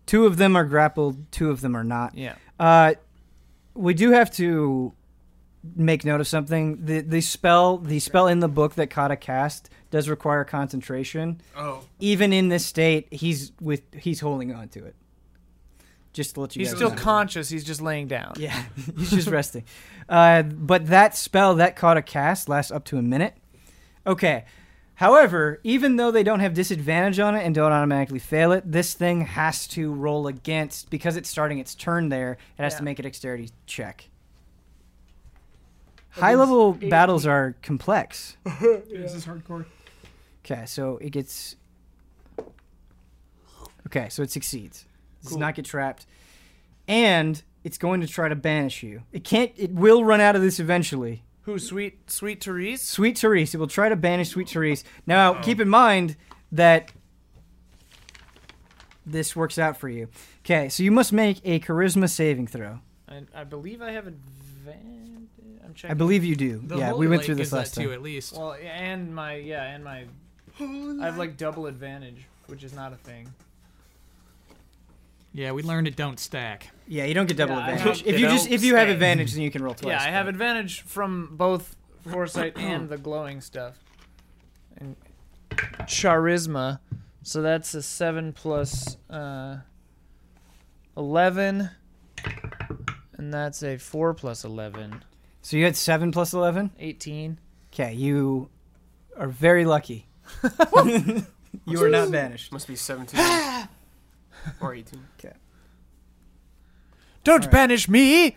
Two of them are grappled. Two of them are not.
Yeah.
Uh, we do have to make note of something. The the spell the spell in the book that Kata cast does require concentration.
Oh,
Even in this state, he's with he's holding on to it. Just to let you
He's
guys
still
know.
conscious. He's just laying down.
yeah, he's just resting. Uh, but that spell that Kata cast lasts up to a minute. Okay. However, even though they don't have disadvantage on it and don't automatically fail it, this thing has to roll against because it's starting its turn there. It has
Yeah.
to make a dexterity check. High level battles are complex.
This is hardcore.
Okay, so it gets. Okay, so it succeeds. It does not get trapped, and it's going to try to banish you. It can't. It will run out of this eventually.
Who? Sweet, sweet Therese?
Sweet Therese, it will try to banish Sweet Therese. Now, keep in mind that this works out for you. Okay, so you must make a charisma saving throw.
I, I believe I have advantage. I'm checking.
I believe you do.
The
yeah, we
Holy
went
Light
through
gives
this last
that too,
time.
at least.
Well, yeah, and my yeah, and my I have like double advantage, which is not a thing.
Yeah, we learned it don't stack.
Yeah, you don't get double
Yeah, I
advantage.
have-
If
they
you just
don't
if you have
stay.
advantage, then you can roll twice.
yeah, I have
but-
advantage from both foresight and the glowing stuff, and charisma. So that's a seven plus uh, eleven, and that's a four plus 11.
So you had seven plus eleven.
18.
Okay, you are very lucky. you are not banished.
must be 17 or 18.
Don't
right.
banish me.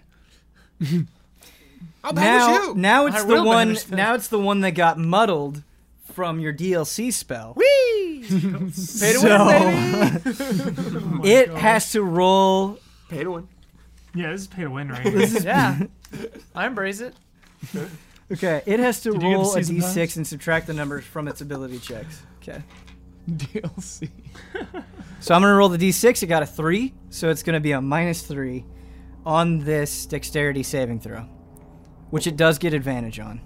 I'll
Now, now it's
I
the
will
one.
banish them.
Now it's the one that got muddled from your DLC spell.
Whee! Pay to
So-
Oh
win, baby.
it has to roll.
Pay to win.
Yeah, this is pay to win right here.
yeah, I embrace it.
Okay, it has to
Did you get the
roll a
season
d6
pass?
and subtract the numbers from its ability checks. Okay.
DLC.
So I'm gonna roll the d6. It got a three, so it's gonna be a minus three on this dexterity saving throw, which it does get advantage on.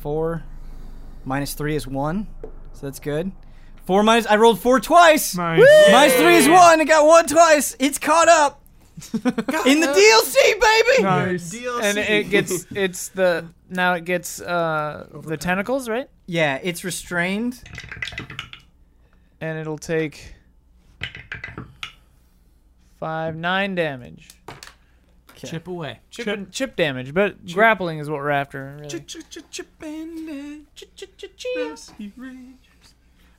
Four minus three is one, so that's good. Four minus I rolled four twice.
Nice.
Minus three is one. It got one twice. It's caught up in the DLC, baby.
Nice.
DLC.
and it gets it's the now it gets uh the tentacles right
Yeah, it's restrained.
and it'll take five nine damage
chip away.
chip chip, and, chip damage but grappling is what we're after really.
uh,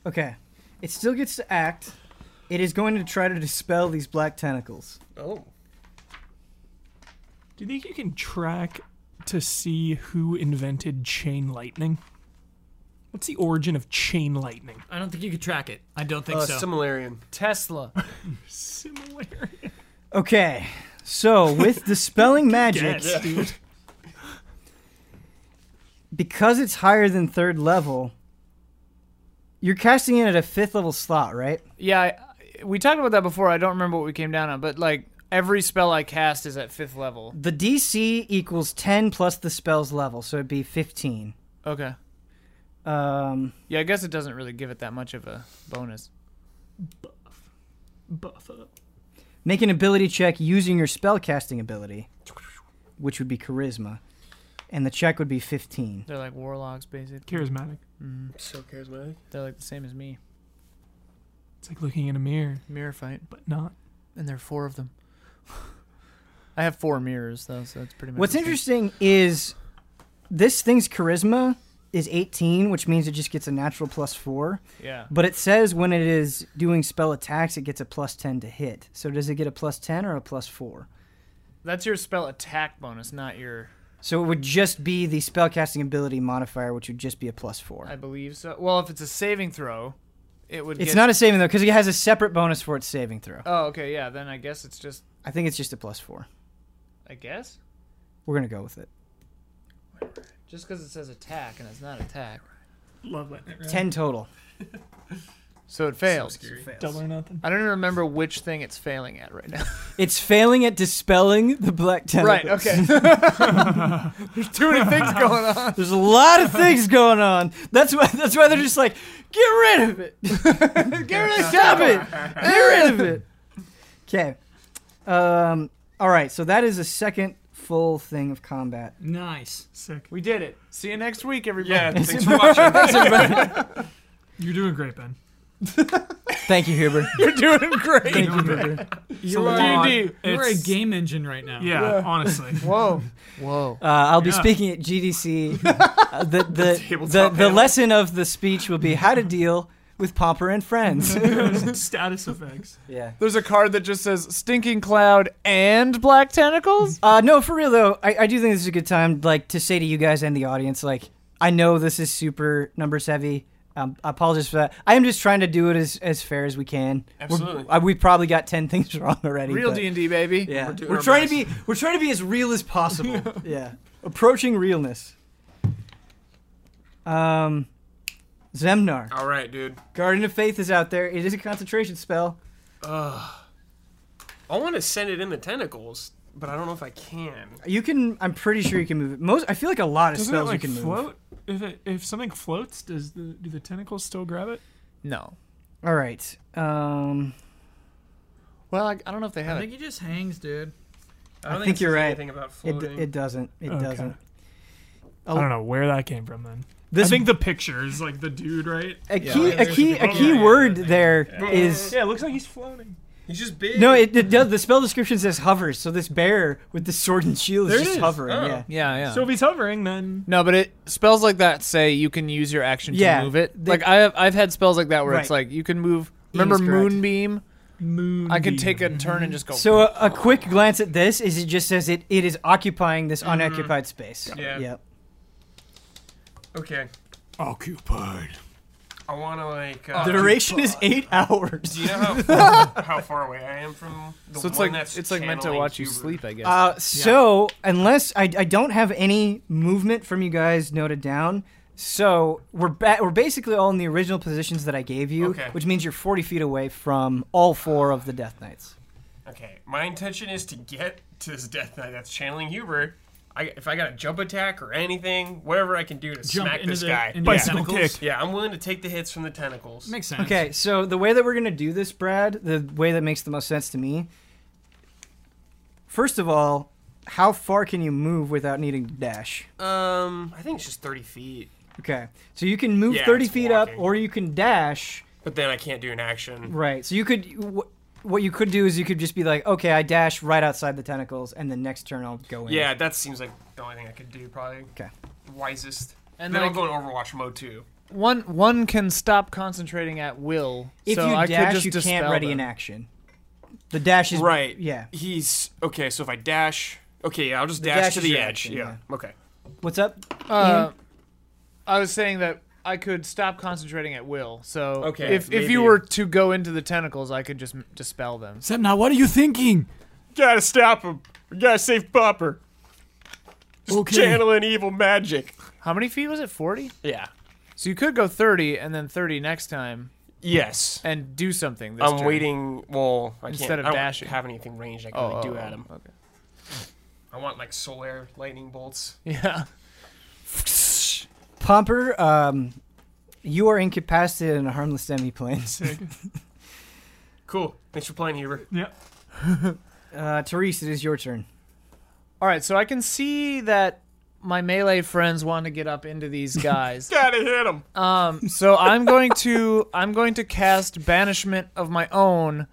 Okay, it still gets to act. It is going to try to dispel these black tentacles.
Oh.
Do you think you can track to see who invented chain lightning? What's the origin of chain lightning?
I don't think you could track it. I don't think
Uh,
so.
Similarian.
tesla
Similar.
Okay, so with dispelling magic,
Yes, dude.
because it's higher than third level, you're casting it at a fifth level slot, right?
yeah I, we talked about that before. I don't remember what we came down on, but like every spell I cast is at fifth level.
The DC equals 10 plus the spell's level, so it'd be 15.
Okay.
Um,
Yeah, I guess it doesn't really give it that much of a bonus.
Buff up.
make an ability check using your spellcasting ability, which would be charisma, and the check would be 15.
They're like warlocks, basically. Mm-hmm.
Charismatic.
So charismatic.
They're like the same as me.
It's like looking in a mirror,
Mirror fight,
but not.
and there are four of them. I have four mirrors though, so it's pretty much.
What's
the same.
interesting is this thing's charisma is 18, which means it just gets a natural plus 4.
Yeah.
But it says when it is doing spell attacks, it gets a plus 10 to hit. So does it get a plus 10 or a plus 4?
That's your spell attack bonus, not your.
So it would just be the spellcasting ability modifier, which would just be a plus 4.
I believe so. Well, if it's a saving throw, it would.
it's
get-
not a saving, though, because it has a separate bonus for its saving throw.
Oh, okay, yeah. Then I guess it's just.
I think it's just a plus 4.
I guess
We're going to go with it.
just because it says attack and it's not attack,
Love it.
10 total.
so it fails.
Scary.
Double or nothing.
I don't even remember which thing it's failing at right now.
It's failing at dispelling the black tentacles.
There's too many things going on.
There's a lot of things going on. That's why. That's why they're just like, get rid of it. get rid of Stop it. Get rid of it. Okay. Um. All right. So that is a second full thing of combat.
Nice.
Sick.
We did it. See you next week, everybody.
Yeah, thanks for watching.
You're doing great, Ben.
Thank you, Huber.
You're doing great.
Thank you, Huber.
You're
a lot. D&D.
You're a
It's-
game engine right now.
Yeah, honestly.
Whoa. Whoa.
Uh, I'll be
Yeah.
speaking at GDC. Uh, the the the, the,
Tabletop
the
panel.
lesson of the speech will be how to deal with Pomper and friends.
Status effects.
yeah.
There's a card that just says stinking cloud and black tentacles.
Uh, no, for real though, I, I do think this is a good time, like, to say to you guys and the audience, like, I know this is super numbers heavy. Um, I apologize for that. I am just trying to do it as, as fair as we can. We're-
Absolutely.
I, we probably got ten things wrong already.
Real
but-
D and D, baby.
Yeah,
We're
we're,
doing our
trying to be we're trying to be as real as possible. yeah, approaching realness. Um, Zemnar,
All right, dude.
Guardian of Faith is out there. It is a concentration spell.
I want to send it in the tentacles, but I don't know if I can.
You can. I'm pretty sure you can move it. Most. I feel like a lot of
Doesn't it
spells
like
you can move.
float? If it, if something floats, does the do the tentacles still grab it?
No.
All right. Um.
Well, I, I don't know if they have
I
it.
think he just hangs, dude.
I,
I
don't
think
it
you're
says
right.
Anything about
It, d-
floating?
it doesn't. It
Okay.
doesn't.
I don't know where that came from. Then
This
I think the picture is like the dude, right?
a key
yeah,
a key a key word there is
yeah, it looks like he's floating.
He's just big.
no. It, it does. The spell description says hovers. So this bear with the sword and shield is
There it
just
is.
hovering.
Oh.
Yeah.
Yeah, yeah.
So if he's hovering, then
No, but it spells like that say you can use your action to
Yeah,
move it.
they-
like I have, I've had spells like that where it's
Right.
like you can move.
Ian is
Remember
correct.
moonbeam?
moon.
I can take a turn and just go.
So a, a quick glance at this is it just says it it is occupying this unoccupied space.
Yeah.
Yep.
Okay.
Occupied.
I want to like. Uh,
The duration is eight hours.
Do you know how far, how far away I am from the
so it's
one
like
that's
it's like meant to
channeling
watch you
Huber?
sleep, I guess.
Uh, so unless I, I don't have any movement from you guys noted down, so we're ba- we're basically all in the original positions that I gave you,
Okay.
which means you're 40 feet away from all four of the Death Knights.
Okay. My intention is to get to this death knight that's channeling Huber. I, if I got a jump attack or anything, whatever I can do to
Jump
smack
into
this
the-
guy.
into the
bicycle
tentacles.
kick.
Yeah, I'm willing to take the hits from the tentacles.
Makes sense.
Okay, so the way that we're gonna do this, Brad, the way that makes the most sense to me. First of all, how far can you move without needing to dash?
Um, I think it's just 30 feet.
Okay, so you can move
Yeah,
30
it's
feet up,
walking.
or you can dash.
But then I can't do an action.
Right. So you could wh- what you could do is you could just be like, okay, I dash right outside the tentacles, and the next turn I'll go in.
Yeah, that seems like the only thing I could do, probably.
Okay.
Wisest.
And
And then
like-
I'll go in Overwatch mode too.
one one can stop concentrating at will.
If
so
you
I could
dash,
just
you can't
dispel
ready an
them.
action. The dash is
Right.
Yeah.
He's okay. So if I dash, okay, yeah, I'll just
The
dash,
dash
to
is
the
your
edge.
action,
yeah. Okay.
What's up?
Uh, I was saying that I could stop concentrating at will. So
Okay,
if if
maybe-
you were to go into the tentacles, I could just m- dispel them.
Semna, what are you thinking?
Gotta stop him. We gotta save Popper. Just
Okay.
channeling evil magic.
How many feet was it? Forty.
Yeah.
So you could go thirty and then thirty next time.
Yes.
and do something. This
I'm
turn.
waiting. Well, I
Instead
can't.
of
I don't
dashing.
have anything ranged I can
Oh,
really
oh,
do
oh,
at him.
Okay.
I want like solar lightning bolts.
Yeah.
Pomper, um, you are incapacitated in a harmless demiplane.
Cool. Thanks for playing, Huber.
Uh, Therese, it is your turn.
All right, so I can see that my melee friends want to get up into these guys.
Gotta hit him.
um, so I'm going to I'm going to cast banishment of my own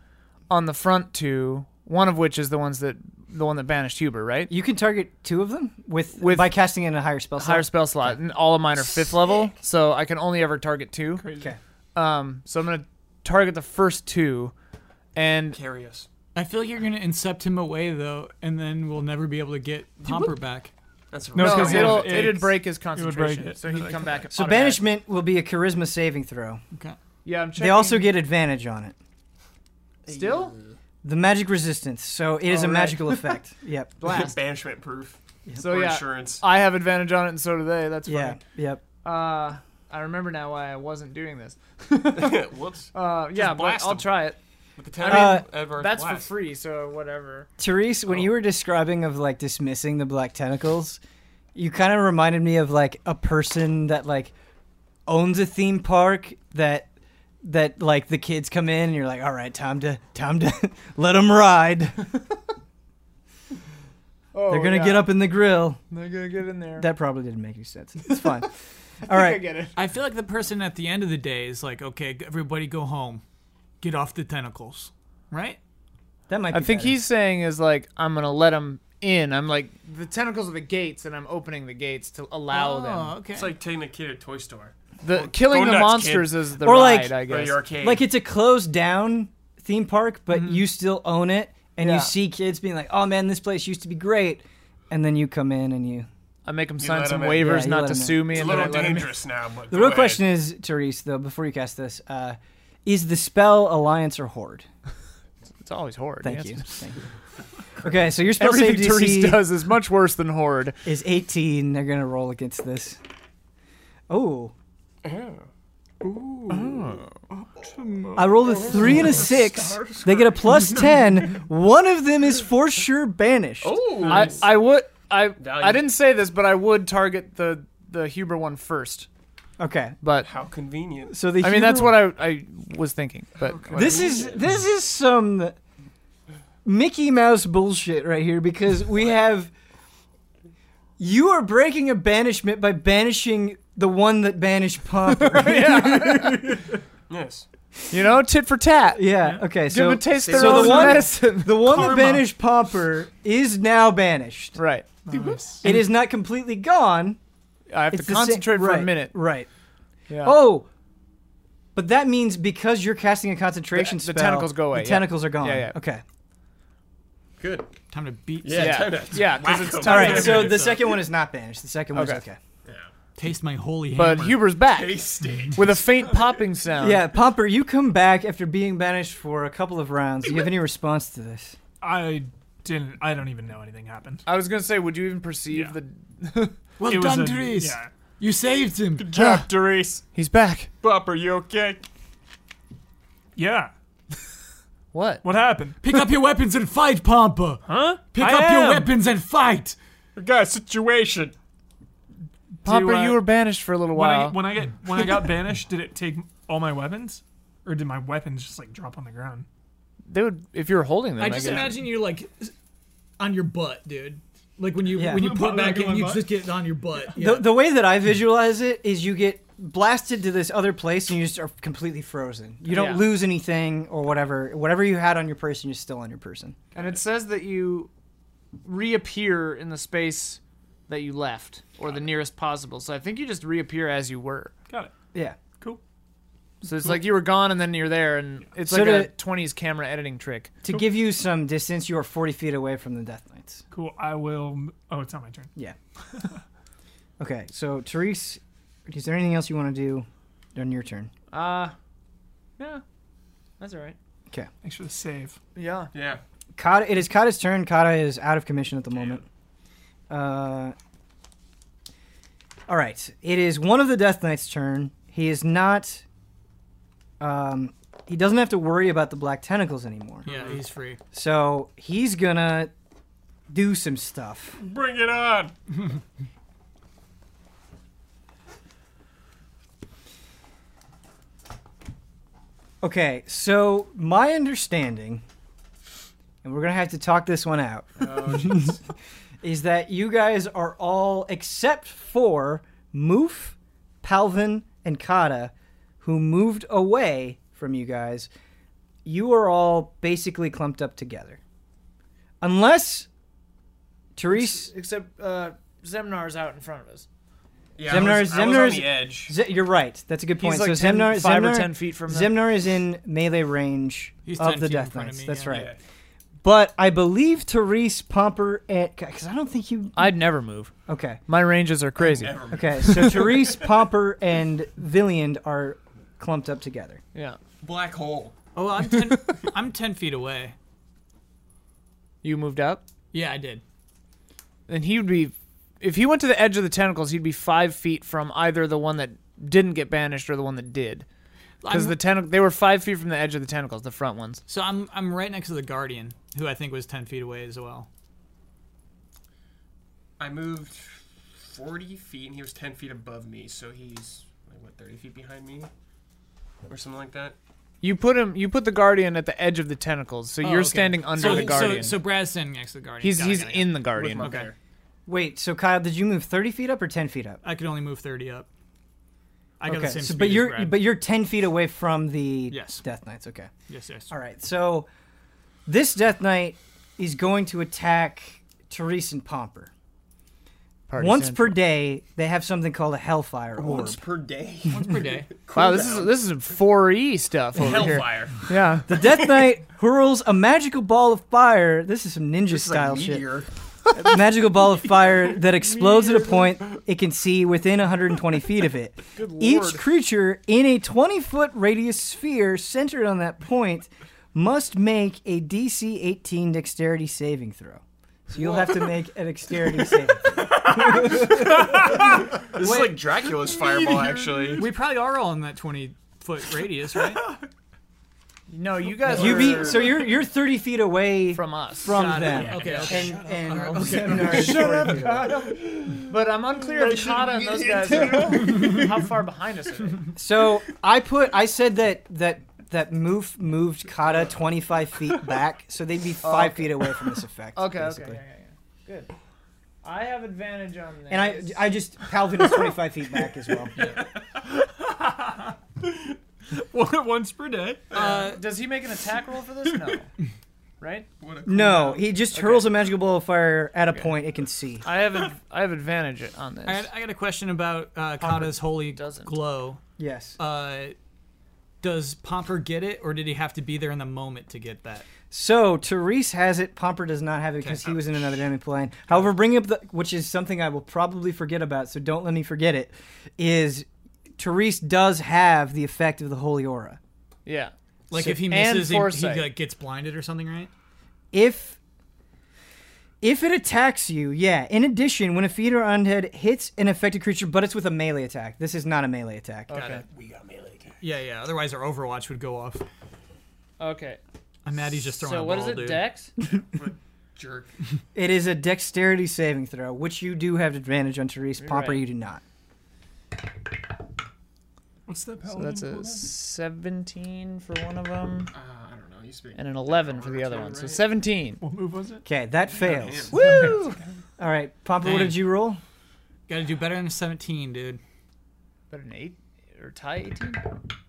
on the front two. One of which is the ones that the one that banished Huber, right?
You can target two of them with,
With-
by casting in a higher spell slot.
Higher spell slot, and all of mine are fifth level, so I can only ever target two.
Okay.
Um, so I'm gonna target the first two, and
Carry us.
I feel like you're gonna incept him away though, and then we'll never be able to get Pomper back.
That's
No,
no,
'cause
it'll
it's-
it'd break his
break
concentration,
it.
so he'd come back.
So
automatic.
banishment will be a charisma saving throw.
Okay.
Yeah, I'm checking.
They also get advantage on it.
still
The magic resistance, so it is
Oh,
a
right.
magical effect. Yep.
blast.
banishment proof.
So
or
yeah,
insurance.
I have advantage on it, and so do they. That's
Yeah.
funny.
Yep.
Uh, I remember now why I wasn't doing this.
Whoops.
Uh, yeah, but
blast
I'll
'em.
try it.
With the ten
Uh,
That's for free, so whatever.
Therese, when
Oh.
you were describing of like dismissing the black tentacles, you kind of reminded me of like a person that like owns a theme park that that like the kids come in and you're like, all right, time to time to let them ride.
Oh,
They're gonna get up in the grill.
They're gonna get in there.
That probably didn't make any sense. It's fine. all
I
right.
get it.
I feel like the person at the end of the day is like, okay, g- everybody go home, get off the tentacles, right?
That might. Be
I think
better.
he's saying is like I'm gonna let them in. I'm like the tentacles of the gates, and I'm opening the gates to allow
oh,
them.
okay.
It's like taking a kid to a toy store
The killing the
nuts,
monsters is the
Or,
ride,
like-
I
or
guess.
the arcade.
like it's a closed down theme park, but you still own it, and
Mm-hmm. Yeah.
you see kids being like, "Oh man, this place used to be great," and then you come in and you.
I make them
You
sign
let
some
'em in.
waivers
Yeah, you
not
let
to
'em in.
sue me,
it's a
and then I
little
let 'em in.
dangerous now. But
The
go
real
ahead.
question is, Therese, though, before you cast this, uh, is the spell alliance or horde?
It's always horrid.
Thank
yes.
you. Thank you. Okay, so your spell
Everything
save
Therese
DC
does is much worse than horrid.
is 18. They're gonna roll against this. Oh,
Oh.
I rolled a three and a six. They get a plus ten. One of them is for sure banished.
Oh,
I, I would I I
Value.
didn't say this, but I would target the the Huber one first.
Okay,
But
how convenient.
so the
I mean that's
Huber-
what I I was thinking. But
This is this is some Mickey Mouse bullshit right here because we have you are breaking a banishment by banishing the one that banished Pomper.
Yes.
you know, tit for tat.
yeah. Okay.
Give
So
'em a taste their
so
own
the one
medicine.
the one
Karma.
that banished Pomper is now banished.
Right.
Nice.
It is not completely gone.
I have
It's
to
the sa-
concentrate for
right,
a minute.
Right.
Yeah.
Oh. But that means because you're casting a concentration
The- the
spell,
tentacles go away,
The
yeah.
tentacles are gone.
Yeah, yeah.
Okay.
Good.
Time to beat.
Yeah. time
yeah,
to
yeah, 'cause
whack
it's
'em.
time.
All right. So
Yeah.
the second one is not banished. The second one's
Okay.
okay.
Taste my holy
But
hammer.
Huber's back
State.
with a faint popping sound.
Yeah, Pomper, you come back after being banished for a couple of rounds. Do you have any response to this?
I didn't. I don't even know anything happened.
I was gonna say, would you even perceive
Yeah.
the?
well
It was
done,
a-
Therese.
yeah.
You saved him.
Jack Doris.
He's back.
Bop, are you okay?
Yeah.
What?
What happened?
Pick up your weapons and fight, Pomper.
Huh?
Pick
I
up your
am.
weapons and fight.
We got a situation.
Popper,
I-
uh,
you were banished for a little
When,
while.
I, when I get when I got banished, did it take all my weapons, or did my weapons just like drop on the ground?
they would, if you were holding them.
I just
guess.
imagine you like s- on your butt, dude. Like when you
Yeah.
when you
Probably
put back
like on
in,
my
you
butt.
just get on your butt. Yeah.
The, the way that I visualize it is you get blasted to this other place and you just are completely frozen. You don't
Yeah.
lose anything or whatever. Whatever you had on your person is still on your person.
And it says that you reappear in the space that you left, or the nearest possible. So I think you just reappear as you were.
Got it.
Yeah.
Cool.
So it's like you were gone and then you're there, and it's
So
like a
to-
20s camera editing trick.
To give you some distance, you are 40 feet away from the Death Knights.
Cool. I will. m- Oh, it's not my turn.
Yeah. okay, so, Therese, is there anything else you want to do on your turn?
Uh, yeah, that's all right.
Thanks for the save.
Yeah.
Yeah.
Kata, it is Kata's turn. Kata is out of commission at the moment. Uh, all right. It is one of the Death Knight's turn. He is not um, he doesn't have to worry about the black tentacles anymore.
Yeah, he's free.
So he's gonna do some stuff.
Bring it on.
Okay, so my understanding, and we're gonna have to talk this one out, is that you guys are all except for Moof, Palvin, and Kata, who moved away from you guys. You are all basically clumped up together, unless Therese.
Except uh, Zemnar's out in front of us.
Yeah,
Zemnar-
I was, I was on
Zemnar's-
the edge.
Z- you're right. That's a good point.
He's like
so
10,
Zemnar,
five
Zemnar,
or ten feet from them.
Zemnar is in melee range
He's
of
10
the
feet in
Death
front of
Knights.
me,
That's
yeah.
right.
Yeah.
But I believe Therese, Pomper, and because I don't think you.
I'd never move.
Okay.
My ranges are crazy.
Never mind.
Okay. So Therese, Pomper, and Villiand are clumped up together.
Yeah.
Black hole.
Oh, I'm ten. I'm ten feet away.
You moved up?
Yeah, I did.
Then he would be if he went to the edge of the tentacles, he'd be five feet from either the one that didn't get banished or the one that did. Because
I'm-
the tentac- they were five feet from the edge of the tentacles, the front ones.
So I'm I'm right next to the guardian, who I think was ten feet away as well.
I moved 40 feet, and he was 10 feet above me, so he's like what 30 feet behind me, or something like that.
You put him you put the guardian at the edge of the tentacles, so
Oh,
you're
okay.
standing under
So-
the guardian.
So, so Brad's standing next to the guardian.
he's
Got it,
he's
got it, got it.
in the guardian.
With my
Okay.
bear.
Wait. So Kyle, did you move thirty feet up or ten feet up?
I could only move thirty up. I got
Okay.
the same
so-
speed
but
as
you're
Brad.
but you're ten feet away from the
Yes.
Death Knights. Okay.
yes, yes.
All right. So this Death Knight is going to attack Therese and Pomper.
Party
Once
central.
per day, they have something called a Hellfire Orb.
Once per day.
Once per day.
Wow, this is this is four E stuff over here.
Hellfire.
Yeah.
The Death Knight hurls a magical ball of fire. This is some ninja
It's like
style
a
shit.
meteor.
A magical ball of fire that explodes at a point it can see within 120 feet of it. Each creature in a 20 foot radius sphere centered on that point must make a DC 18 dexterity saving throw. So you'll have to make a dexterity saving. throw.
This is like Dracula's fireball, actually.
We probably are all in that twenty foot radius, right?
No, you guys
You
were
be, so you're you're 30 feet away from,
from Oh, us.
Got it.
them.
Okay, okay.
And, and Zemnar is 40 feet away.
But I'm unclear if Kata and those guys are how far behind us are they?
So I put I said that that that move moved Kata twenty five feet back, so they'd be five feet away from this effect.
Okay, okay,
basically.
yeah, yeah, yeah. Good. I have advantage on this.
And I I just Palvin is twenty five feet back as well.
Once per day. Uh,
does he make an attack roll for this? No. right?
What a cool
No,
guy.
he just hurls a magical ball of fire at a point it can see.
I have ad- I have advantage on this.
I got, I got a question about uh, Kata's holy
doesn't.
glow.
Yes.
Uh, does Pomper get it, or did he have to be there in the moment to get that?
So Therese has it. Pomper does not have it because he was in another enemy plane. However, bringing up the which is something I will probably forget about, so don't let me forget it. Is Therese does have the effect of the holy aura.
yeah.
Like
So-
if he
and
misses, he, he
foresight.
like gets blinded or something, right?
if if it attacks you, yeah. In addition, when a feed or undead hits an affected creature, but it's with a melee attack. This is not a melee attack.
Okay.
We got melee attack.
Yeah, yeah. Otherwise, our Overwatch would go off.
Okay.
I'm mad he's just throwing
So
a
what
ball,
is it?
dude.
Dex?
Jerk.
It is a dexterity saving throw, which you do have advantage on Therese. Pomper,
right.
you do not.
What's that?
So that's a 17 for one of them
Uh, I don't know. You speak.
and an 11 for the other one. So 17.
What move was it?
Okay, that fails.
Woo!
All right, Pomper, what
Dang.
did you roll?
Got to do better than a 17, dude.
But an 8 or tie 18?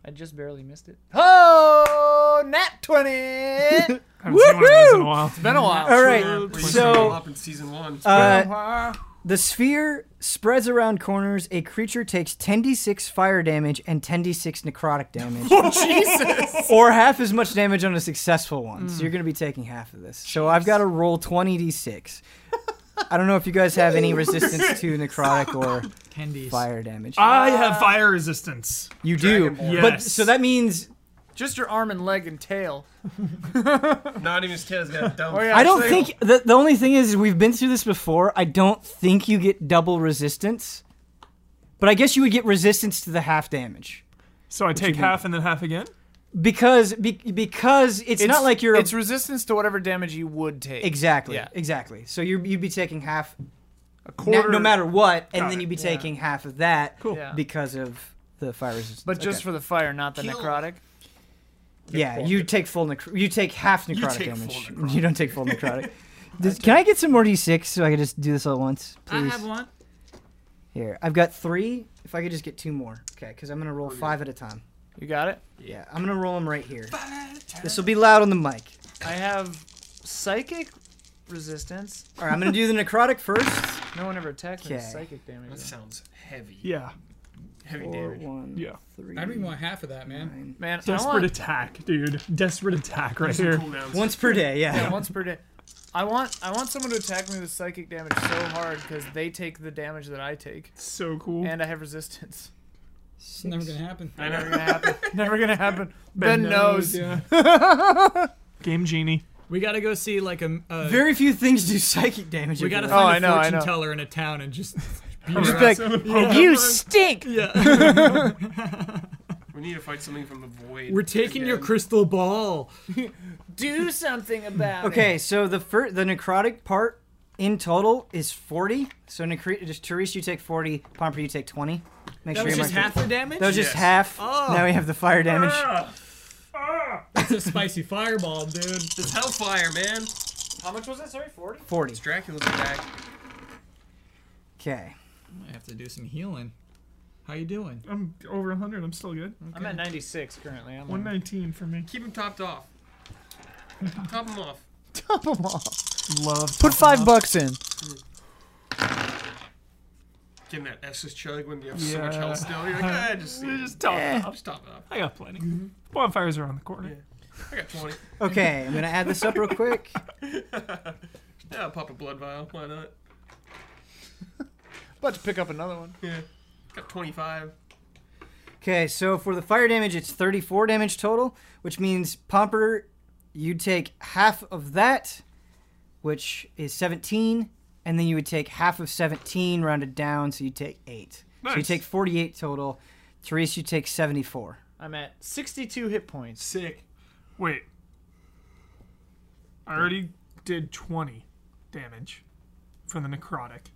I just barely missed it. Oh, nat 20. it's
I haven't seen one of those in a while.
been a while.
All
Where
right,
we scroll
so
up in season one.
uh, the sphere spreads around corners. A creature takes 10d6 fire damage and 10d6 necrotic damage. or half as much damage on a successful one. So you're going to be taking half of this. So I've got to roll 20d6. I don't know if you guys have any resistance to necrotic or
10d.
fire damage.
I have fire resistance.
you do.
Dragonborn.
But
Uh, Yes.
so that means
Just your arm and leg and tail.
Not even his tail has got a dumb.
Oh, yeah.
I don't
Actually-
think the, the only thing is we've been through this before. I don't think you get double resistance. But I guess you would get resistance to the half damage.
So I take half and then half again.
because be, because it's, not like you're a-
It's resistance to whatever damage you would take.
exactly
Yeah.
exactly. So you you'd be taking half
A
na-
quarter.
no matter what, and
Got
then
it.
you'd be
Yeah.
taking half of that
Cool.
Yeah.
because of the fire resistance.
But just
Okay.
for the fire, not the
Kill.
necrotic.
yeah, you take full necro- you take half necrotic
take full
damage.
necrotic.
You don't take full necrotic. Does- can I get some more d6 so I can just do this all at once,
I
please?
have one.
Here, I've got three. If I could just get two more, okay? Because I'm gonna roll five at a time.
You got it.
Yeah, I'm gonna roll them right here. This will be loud on the mic.
I have psychic resistance.
All right, I'm gonna do the necrotic first.
No one ever attacks me with
Okay.
psychic damage.
That sounds heavy.
Yeah.
Heavy
Four,
damage.
one,
Yeah.
three,
I don't even want half of that, man.
nine.
Man, I
Desperate
want,
attack, dude. Desperate attack right
Some
here.
cooldowns.
Once per day, yeah.
yeah, once per day. I want I want someone to attack me with psychic damage so hard because they take the damage that I take,
So cool.
and I have resistance.
It's never gonna happen.
I
Never
know.
gonna happen. Never gonna happen. Ben, knows.
yeah.
Game genie.
we gotta go see like a. a
Very few things do psychic damage. Oh,
we gotta
everyone.
find
I
a
know, I
fortune
know.
teller in a town and just.
You stink.
yeah.
We need to fight something from the void.
We're taking your
again.
crystal ball.
Do something about
Okay, so the fir- the necrotic part in total is 40. So necre- just Therese, you take 40. Pomper, you take 20. Make
That was
you
just half the damage.
That was just
Yes.
half.
Oh. Ah.
Now we have the fire damage.
That's a spicy fireball, dude.
It's hellfire, man.
How much was that? Sorry, forty.
40.
It's Dracula's back.
Okay.
I have to do some healing. How you doing?
I'm over 100. I'm still good.
I'm at ninety six currently. I'm on
119 for me.
Keep him topped off. Top him off.
top them off.
Love.
Put five bucks in.
Getting that S's chug when you have so much
Yeah.
health still. You're like, ah, just,
Just top
Eh.
up.
just top it off.
I got plenty. Bonfires are on the corner.
I got 20.
Okay, I'm going to add this up real quick.
Yeah, I'll pop a blood vial. Why not?
About to pick up another one.
Yeah. Got 25.
Okay, so for the fire damage, it's 34 damage total, which means Pomper, you take half of that, which is 17, and then you would take half of 17 rounded down, so you take 8. So you
Nice.
take 48 total. Therese, you take 74.
I'm at sixty two hit points.
Sick.
Wait. I already did 20 damage from the necrotic.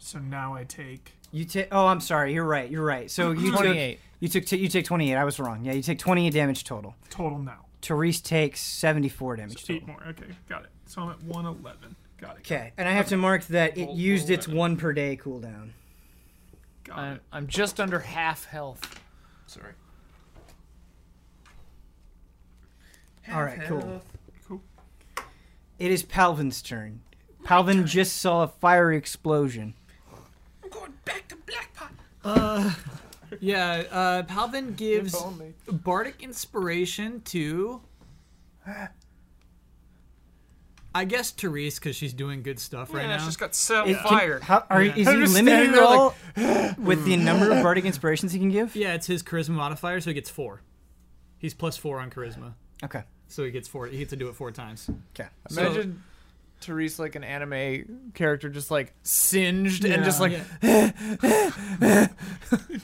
So now I take.
You take Oh, I'm sorry. You're right. You're right. So you took
28.
you took t- you take 28. I was wrong. Yeah, you take 28 damage total.
Total now.
Therese takes 74 damage
Eight
total.
more. Okay, got it. So I'm at 111. Got it.
Okay, and I have to mark that it used its one per day cooldown.
Got
I'm,
it.
I'm just under half health.
Sorry.
All right, cool.
Cool.
It is Palvin's turn. Palvin just saw a fiery explosion.
I'm going back to Blackpot.
Uh, yeah. Uh, Palvin gives
only.
bardic inspiration to. I guess Therese, because she's doing good stuff right
yeah,
now.
she's got set on
It- can-
fire.
how- are- Is he
just
limited
standing
at all
there
with the number of bardic inspirations he can give?
yeah, it's his charisma modifier, so he gets four. He's plus four on charisma,
Okay.
so he gets four. He gets to do it four times.
Okay.
So-
Imagine Therese like an anime character, just like singed and just
Yeah.
like
Uh, Yeah.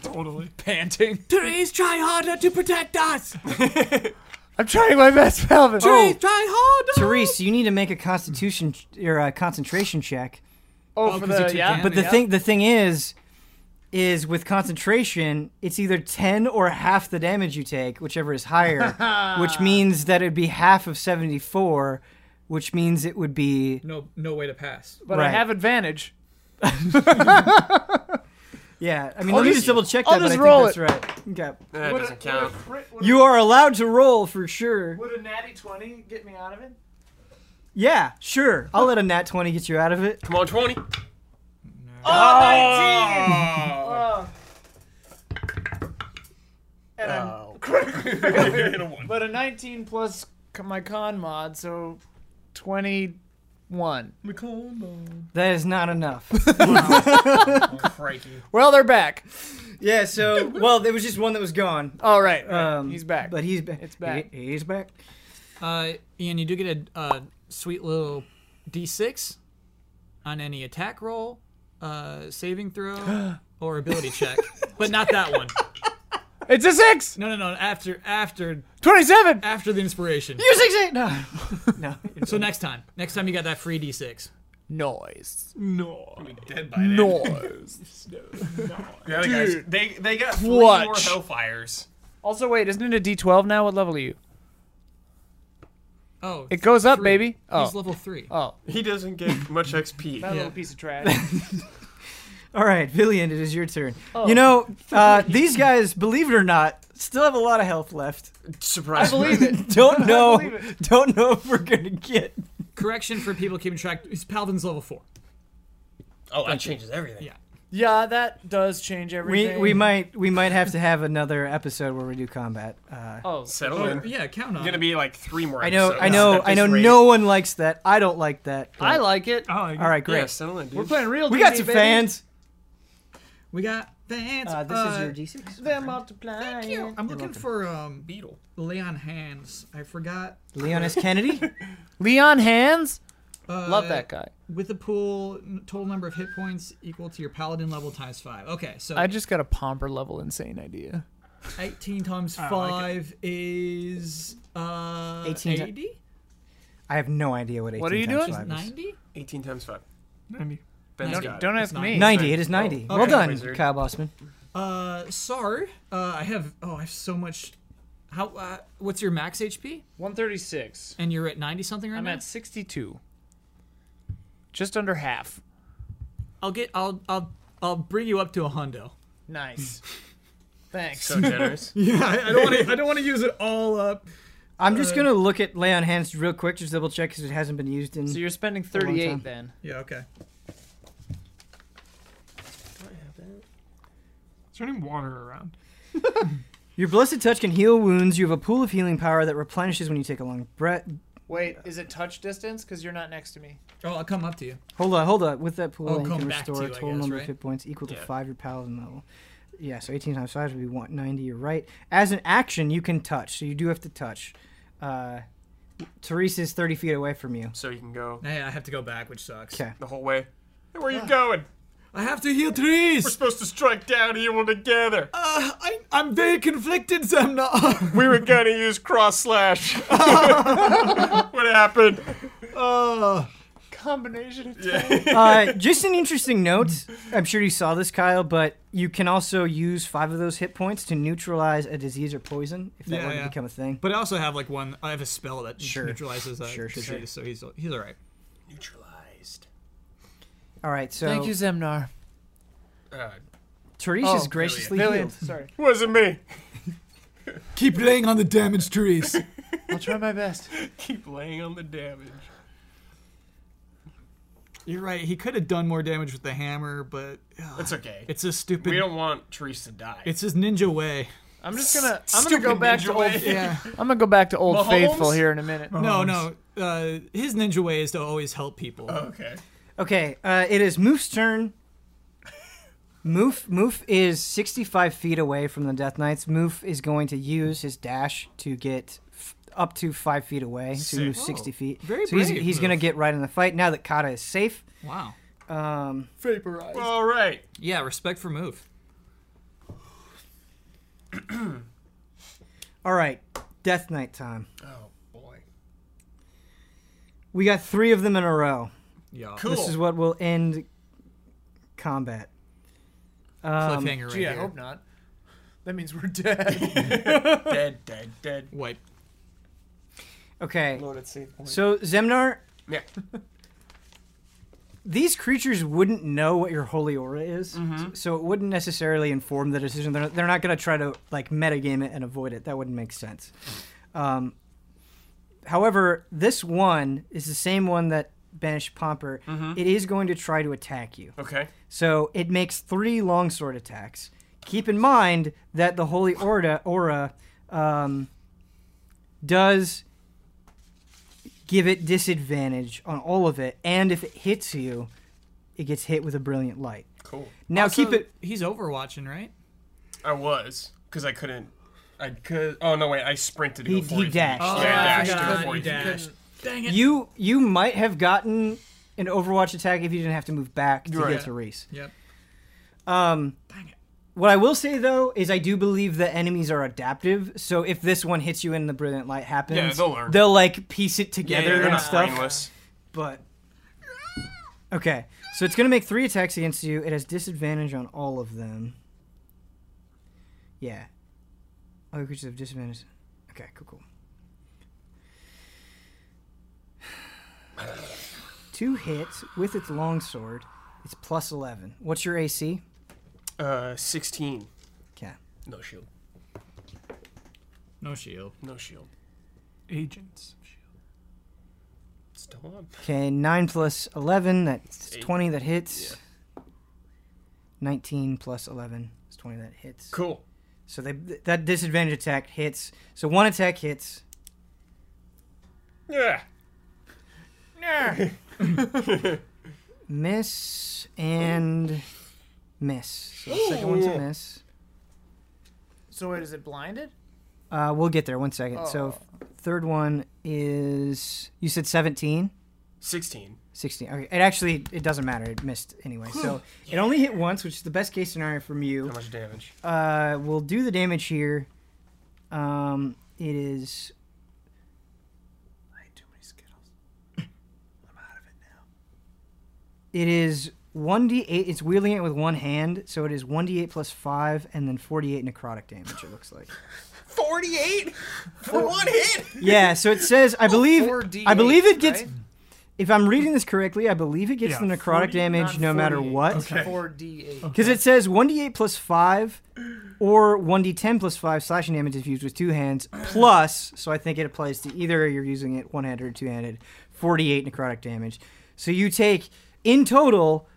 Totally.
panting.
Therese, try harder to protect us.
I'm trying my best, Oh, Palvin.
Therese, try harder.
Therese, you need to make a constitution ch- or a concentration check.
Oh,
Oh,
for
'cause you
the
took
yeah.
damage.
But the
yeah.
thing the thing is is with concentration, it's either 10 or half the damage you take, whichever is higher, which means that it would be half of 74, which means it would be
No, no way to pass.
but I
right.
have advantage.
Yeah, I mean,
I'll
let me
just-
just double check that.
I'll
but
just
I think
roll
that's
it.
right. Okay.
That doesn't count.
You are allowed to roll for sure.
Would a natty twenty get me out of it?
Yeah, sure. I'll let a nat 20 get you out of it.
Come on, 20.
Oh. And I'm-
Hit a one.
but a 19 plus c- my con mod, so 21.
That is not enough.
Crikey.
Well, they're back.
yeah, so, well, there was just one that was gone.
All right,
Um,
he's back.
But he's back.
It's back.
He- he's back.
Uh, Ian, you do get a uh, sweet little D6 on any attack roll, uh, saving throw, or ability check, but not that one.
It's a six.
No, no, no. After, after,
Twenty-seven.
after the inspiration.
You six eight. No. no.
So next time, next time you got that free d6.
Noise.
No.
I'll be dead by then.
Noise.
Yeah, the guys- they they got three
clutch.
more hellfires.
also, wait, isn't it a D twelve now? What level are you?
Oh,
It goes up,
three.
baby. Oh.
He's level three.
oh.
He doesn't get much XP.
That
Yeah.
little piece of trash.
All right, Villian, it is your turn.
Oh.
You know, uh, these guys, believe it or not, still have a lot of health left.
Surprise.
it.
Don't know,
believe
don't know if we're gonna get.
Correction for people keeping track. Is Palvin's level four?
Oh, that changes everything.
Yeah, that does change
We
everything.
we might we might have to have another episode where we do combat. Uh,
Oh.
Settle in.
Yeah, count on.
Gonna
it.
be like three more.
I know,
episodes
I know,
at
I
this
know.
rate.
No one likes that. I don't like that. but-
I like it.
Oh,
All right, great.
Yeah, settle in, dude.
We're playing real.
Uh, We got
D&D,
some
baby.
fans.
We got fans.
Uh, D6.
They're multiplying.
Thank you. I'm looking for um
Beetle.
Leon Hands. I forgot.
Leon S. Kennedy.
Leon Hands.
Uh,
Love that guy.
With a pool, n- total number of hit points equal to your paladin level times five. Okay, so
I just got a pomper level insane idea.
18 times
I like
five is uh
18 ti-
80?
I have no idea what 18
What are you
times
doing?
five is.
90?
18 times 5.
Ninety.
Ben's
Don't-
got it.
Don't ask
not-
me.
90. It is 90.
Oh,
well
okay,
done,
wizard.
Kyle Bossman.
Uh, Sar, uh, I have. Oh, I have so much. How? Uh, what's your max HP?
136.
And you're at ninety something right
I'm
now.
at 62. Just under half.
I'll get. I'll. I'll. I'll bring you up to a hundo.
Nice. Thanks.
So generous.
Yeah, I, I don't want to. I don't want to use it all up.
I'm
Uh,
just gonna look at Leon Hands real quick, just double check because it hasn't been used in.
So you're spending
long
38
time.
then.
Yeah. Okay.
Is there any water around?
Your blessed touch can heal wounds. You have a pool of healing power that replenishes when you take a long breath.
Wait, is it touch distance? Because you're not next to me.
Oh, I'll come up to you.
Hold on, hold on. With that pool,
Oh,
you can
come back
restore
to
a
you, I
total
guess,
number
right?
of hit points equal to
Yeah.
five your paladin level. Yeah, so 18 times five would be 190. You're right. As an action, you can touch, so you do have to touch. Uh, Therese is 30 feet away from you.
so you can go
Hey, I have to go back, which sucks.
'Kay.
the whole way. Hey, Where are you going?
I have to heal
We're
trees.
supposed to strike down evil together.
Uh, I, I'm very conflicted, Zemna.
We were gonna use cross slash. what happened?
uh,
Combination of
Yeah.
Uh, just an interesting note. I'm sure you saw this, Kyle, but you can also use five of those hit points to neutralize a disease or poison if that
Yeah,
were
yeah.
to become a thing.
but I also have like one. I have a spell that
Sure.
neutralizes that
Sure, sure, sure.
disease, so he's he's all right.
Neutralized.
All right, so
Thank you, Zemnar.
Uh,
Therese
Oh,
is graciously
Million.
healed.
Sorry.
wasn't me.
Keep laying on the damaged trees.
I'll try my best.
Keep laying on the damage.
You're right. He could have done more damage with the hammer, but ugh,
It's okay.
it's a stupid.
we don't want Therese to die.
It's his ninja way.
I'm just gonna. I'm gonna go
Stupid
back to
ninja
old.
way.
Yeah.
I'm gonna go back to old
Mahomes?
faithful here in a minute.
no, no. Uh, his ninja way is to always help people.
Uh.
okay.
Okay, uh, it is Moof's turn. Moof, Moof is 65 feet away from the Death Knights. Moof is going to use his dash to get f- up to five feet away. So he
Sick.
moves 60 feet.
Very
so he's,
brave
he's going to
move.
get right in the fight now that Kata is safe.
Wow.
Um,
Vaporized.
All right.
Yeah. Respect for move.
all right, Death Knight time.
Oh boy.
We got three of them in a row.
Yeah.
Cool.
This is what will end combat. Um,
Cliffhanger right
Gee, I
here.
hope not. That means we're dead.
dead, dead, dead.
Wipe.
okay,
Lord at save point.
so Zemnar,
Yeah.
these creatures wouldn't know what your holy aura is, s- so it wouldn't necessarily inform the decision. They're, they're not going to try to like metagame it and avoid it. That wouldn't make sense. Um, however, this one is the same one that banished Pomper. It is going to try to attack you,
Okay.
so it makes three longsword attacks. Keep in mind that the holy aura aura um, does give it disadvantage on all of it, and if it hits you, it gets hit with a brilliant light.
Cool.
Now
Also,
keep it.
He's overwatching, right?
I was because I couldn't. I could. Oh no! Wait, I sprinted. To
He-
go
he
40 feet.
dashed.
Yeah,
Oh,
I
I
dashed to go
forgot.
40 feet.
dashed. Dang it.
You you might have gotten an Overwatch attack if you didn't have to move back to
Right.
get to Reese.
Yep.
Um,
Dang it.
What I will say though is I do believe the enemies are adaptive. So if this one hits you and the brilliant light happens,
Yeah, they'll learn.
They'll like piece it
Yeah,
together
they're,
and
not
stuff.
brainless.
But okay, so it's gonna make three attacks against you. It has disadvantage on all of them. Yeah, other creatures have disadvantage. Okay, cool, cool. Two hits with its longsword. It's plus eleven. What's your AC?
Uh, 16.
Okay.
No shield.
No shield.
No shield.
Agents.
Still on.
Okay, 9 plus 11, that's
Eight.
20 that hits. 19 plus 11 is 20 that hits.
Cool.
So they, that disadvantage attack hits. So one attack hits.
Yeah.
Miss and miss. So the second one's a miss.
So wait, is it blinded?
Uh, we'll get there one second. So third one is you said 17?
16.
16. Okay, it actually it doesn't matter. It missed anyway. So it only hit once, which is the best case scenario from you.
How much damage?
uh, we'll do the damage here. Um, it is. I had too many Skittles. I'm out of it now. It is 1d8. It's wielding it with one hand, so it is 1d8 plus 5 and then 48 necrotic damage, it looks like. Oh.
48? For one hit?
yeah, so it says, I believe. I
4d8,
believe it gets.
right?
If I'm reading this correctly, I believe it gets
Yeah,
the necrotic
40,
damage
Not
no matter
48,
what.
it's 4d8.
Because it says 1d8 plus 5 or 1d10 plus 5 slashing damage if used with two hands, plus, so I think it applies to either you're using it one handed or two handed, 48 necrotic damage. So you take, in total,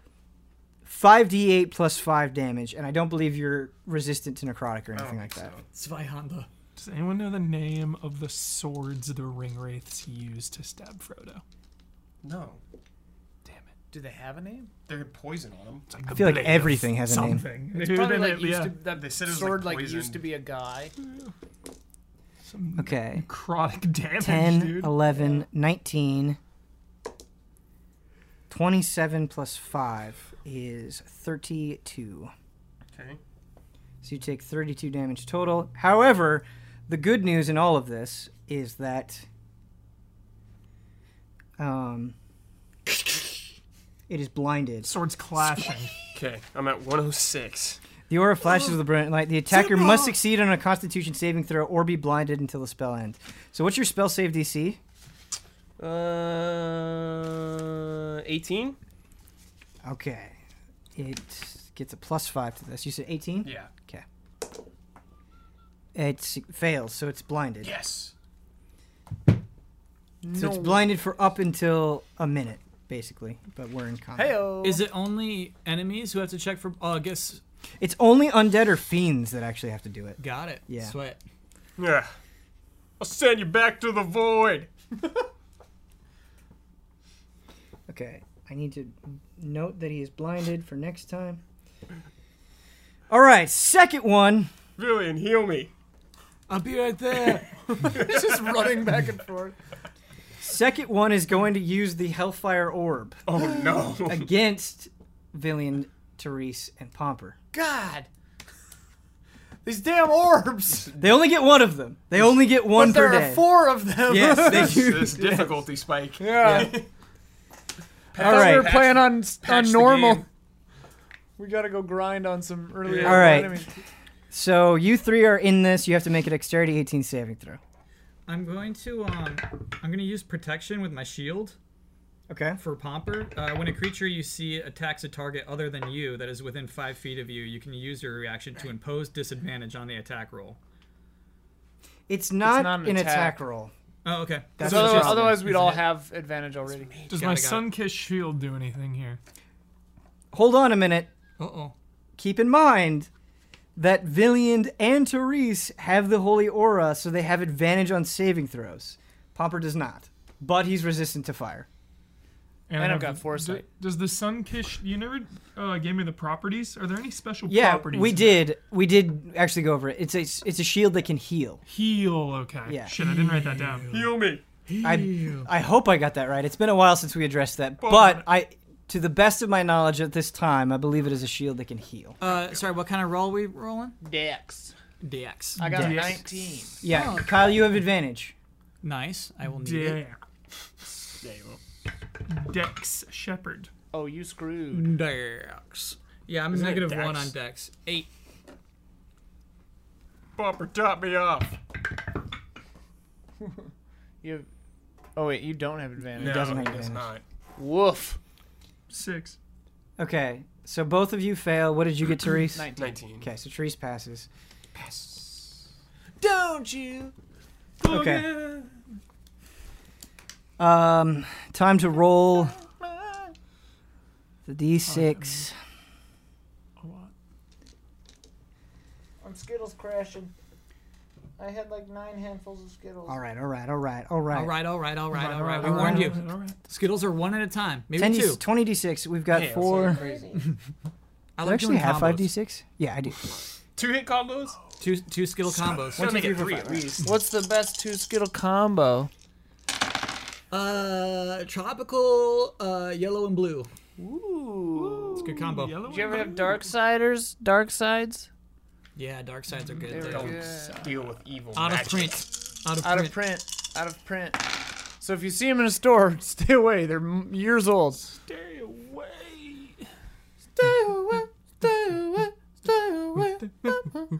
5d8 plus 5 damage, and I don't believe you're resistant to necrotic or anything like that.
Zweihander.
Does anyone know the name of the swords the ringwraiths used to stab Frodo?
No.
Do they have a name?
They had poison on them.
It's like
I feel like everything has a name.
something.
It's probably like used
yeah.
to, that
They said it was, like,
sword like, Hmm.
poisoned.
used to be a guy.
Some
Okay.
necrotic damage,
10,
dude.
11, 19. 27 plus 5 is 32.
Okay.
So you take 32 damage total. However, the good news in all of this is that um, it is blinded.
Swords clashing.
Okay. I'm at 106.
The aura flashes with a brilliant light. The attacker must succeed on a constitution saving throw or be blinded until the spell ends. So what's your spell save DC?
Uh, 18?
Okay. It gets a plus 5 to this. You said 18?
Yeah.
It fails, so it's blinded.
Yes.
So it's blinded for up until a minute, basically. But we're in combat.
Heyo.
Is it only enemies who have to check for? Oh, I guess.
It's only undead or fiends that actually have to do it.
Got it.
Yeah.
Sweat.
Yeah. I'll send you back to the void.
Okay, I need to note that he is blinded for next time. All right, second one.
Villian, heal me.
I'll be right there.
just running back and forth?
Second one is going to use the Hellfire Orb
Oh no.
against Villian, Therese, and Pomper.
God. These damn orbs.
They only get one of them. They only get one
but there
per
are
day.
four of them.
Yes, they
this
do.
this difficulty spike.
yeah.
All
All right. We were
right.
playing on
the
on normal.
game.
We gotta go grind on some earlier.
All right.
enemies.
So you three are in this. You have to make a dexterity 18 saving throw.
I'm going to um, I'm going to use protection with my shield
Okay.
for Pomper. Uh, when a creature you see attacks a target other than you that is within five feet of you, you can use your reaction to impose disadvantage on the attack roll.
It's not,
not
an,
an
attack.
attack.
roll.
Oh, okay.
That's
So
the
otherwise,
problem.
otherwise we'd all have advantage already.
Does
Got
my
it, got it.
sun kiss shield do anything here?
Hold on a minute.
Uh oh.
keep in mind that Villiand and Therese have the holy aura, so they have advantage on saving throws. Pomper does not, but he's resistant to fire.
And,
I've
have
got
the-
foresight.
d- does the sun kiss? You never uh, gave me the properties. Are there any special
Yeah,
properties?
we
in
did. We did actually go over it. It's a it's a shield that can heal.
that? Heal. Okay.
Yeah.
Shit, I didn't write that down.
Heal me.
I I hope I got that right. It's been a while since we addressed that,
Well,
but I to the best of my knowledge at this time, I believe it is a shield that can heal.
Uh, sorry, what kind of roll we rolling?
Dex.
DX.
I got a
Dex.
19.
Yeah, Kyle, you have advantage.
nice. I will need it.
Dex. Dex Shepherd.
Oh, you screwed.
Dex. Yeah, I'm
it
negative one
dex?
on Dex. Eight.
Bumper top me off.
You have. Oh wait, you don't have advantage.
doesn't have
it does
advantage.
not.
Woof.
Six.
Okay, so both of you fail. What did you get, Therese?
19.
19.
Okay, so Therese passes.
Don't you?
Okay. Um, time to roll the d6.
A lot.
On Skittles crashing. I had like nine handfuls of Skittles.
All right, all right, all right, all right.
Oh, All right, all right, all right, all right. We
All right,
warned
all right,
you.
all right.
Skittles are one at a time, maybe
10
two.
D, 20 d6. We've got four. Do
I
I
like
actually
doing
have
combos.
5d6? Yeah, I do.
Two hit combos?
Two two Skittle combos.
One, two, three, three at least.
What's the best two Skittle combo?
Uh, tropical, uh, yellow and blue.
Ooh.
It's a good combo.
Yellow
Do you ever have
and
Darksiders? Darksides?
Yeah, dark sides are good.
They're
They're
good.
good.
Yeah.
Deal with evil.
Out of
magic.
print. Out of
Out
print.
of print. Out of print. So if you see them in a store, stay away. They're m- years old.
Stay away.
Stay away. Stay away. Stay away.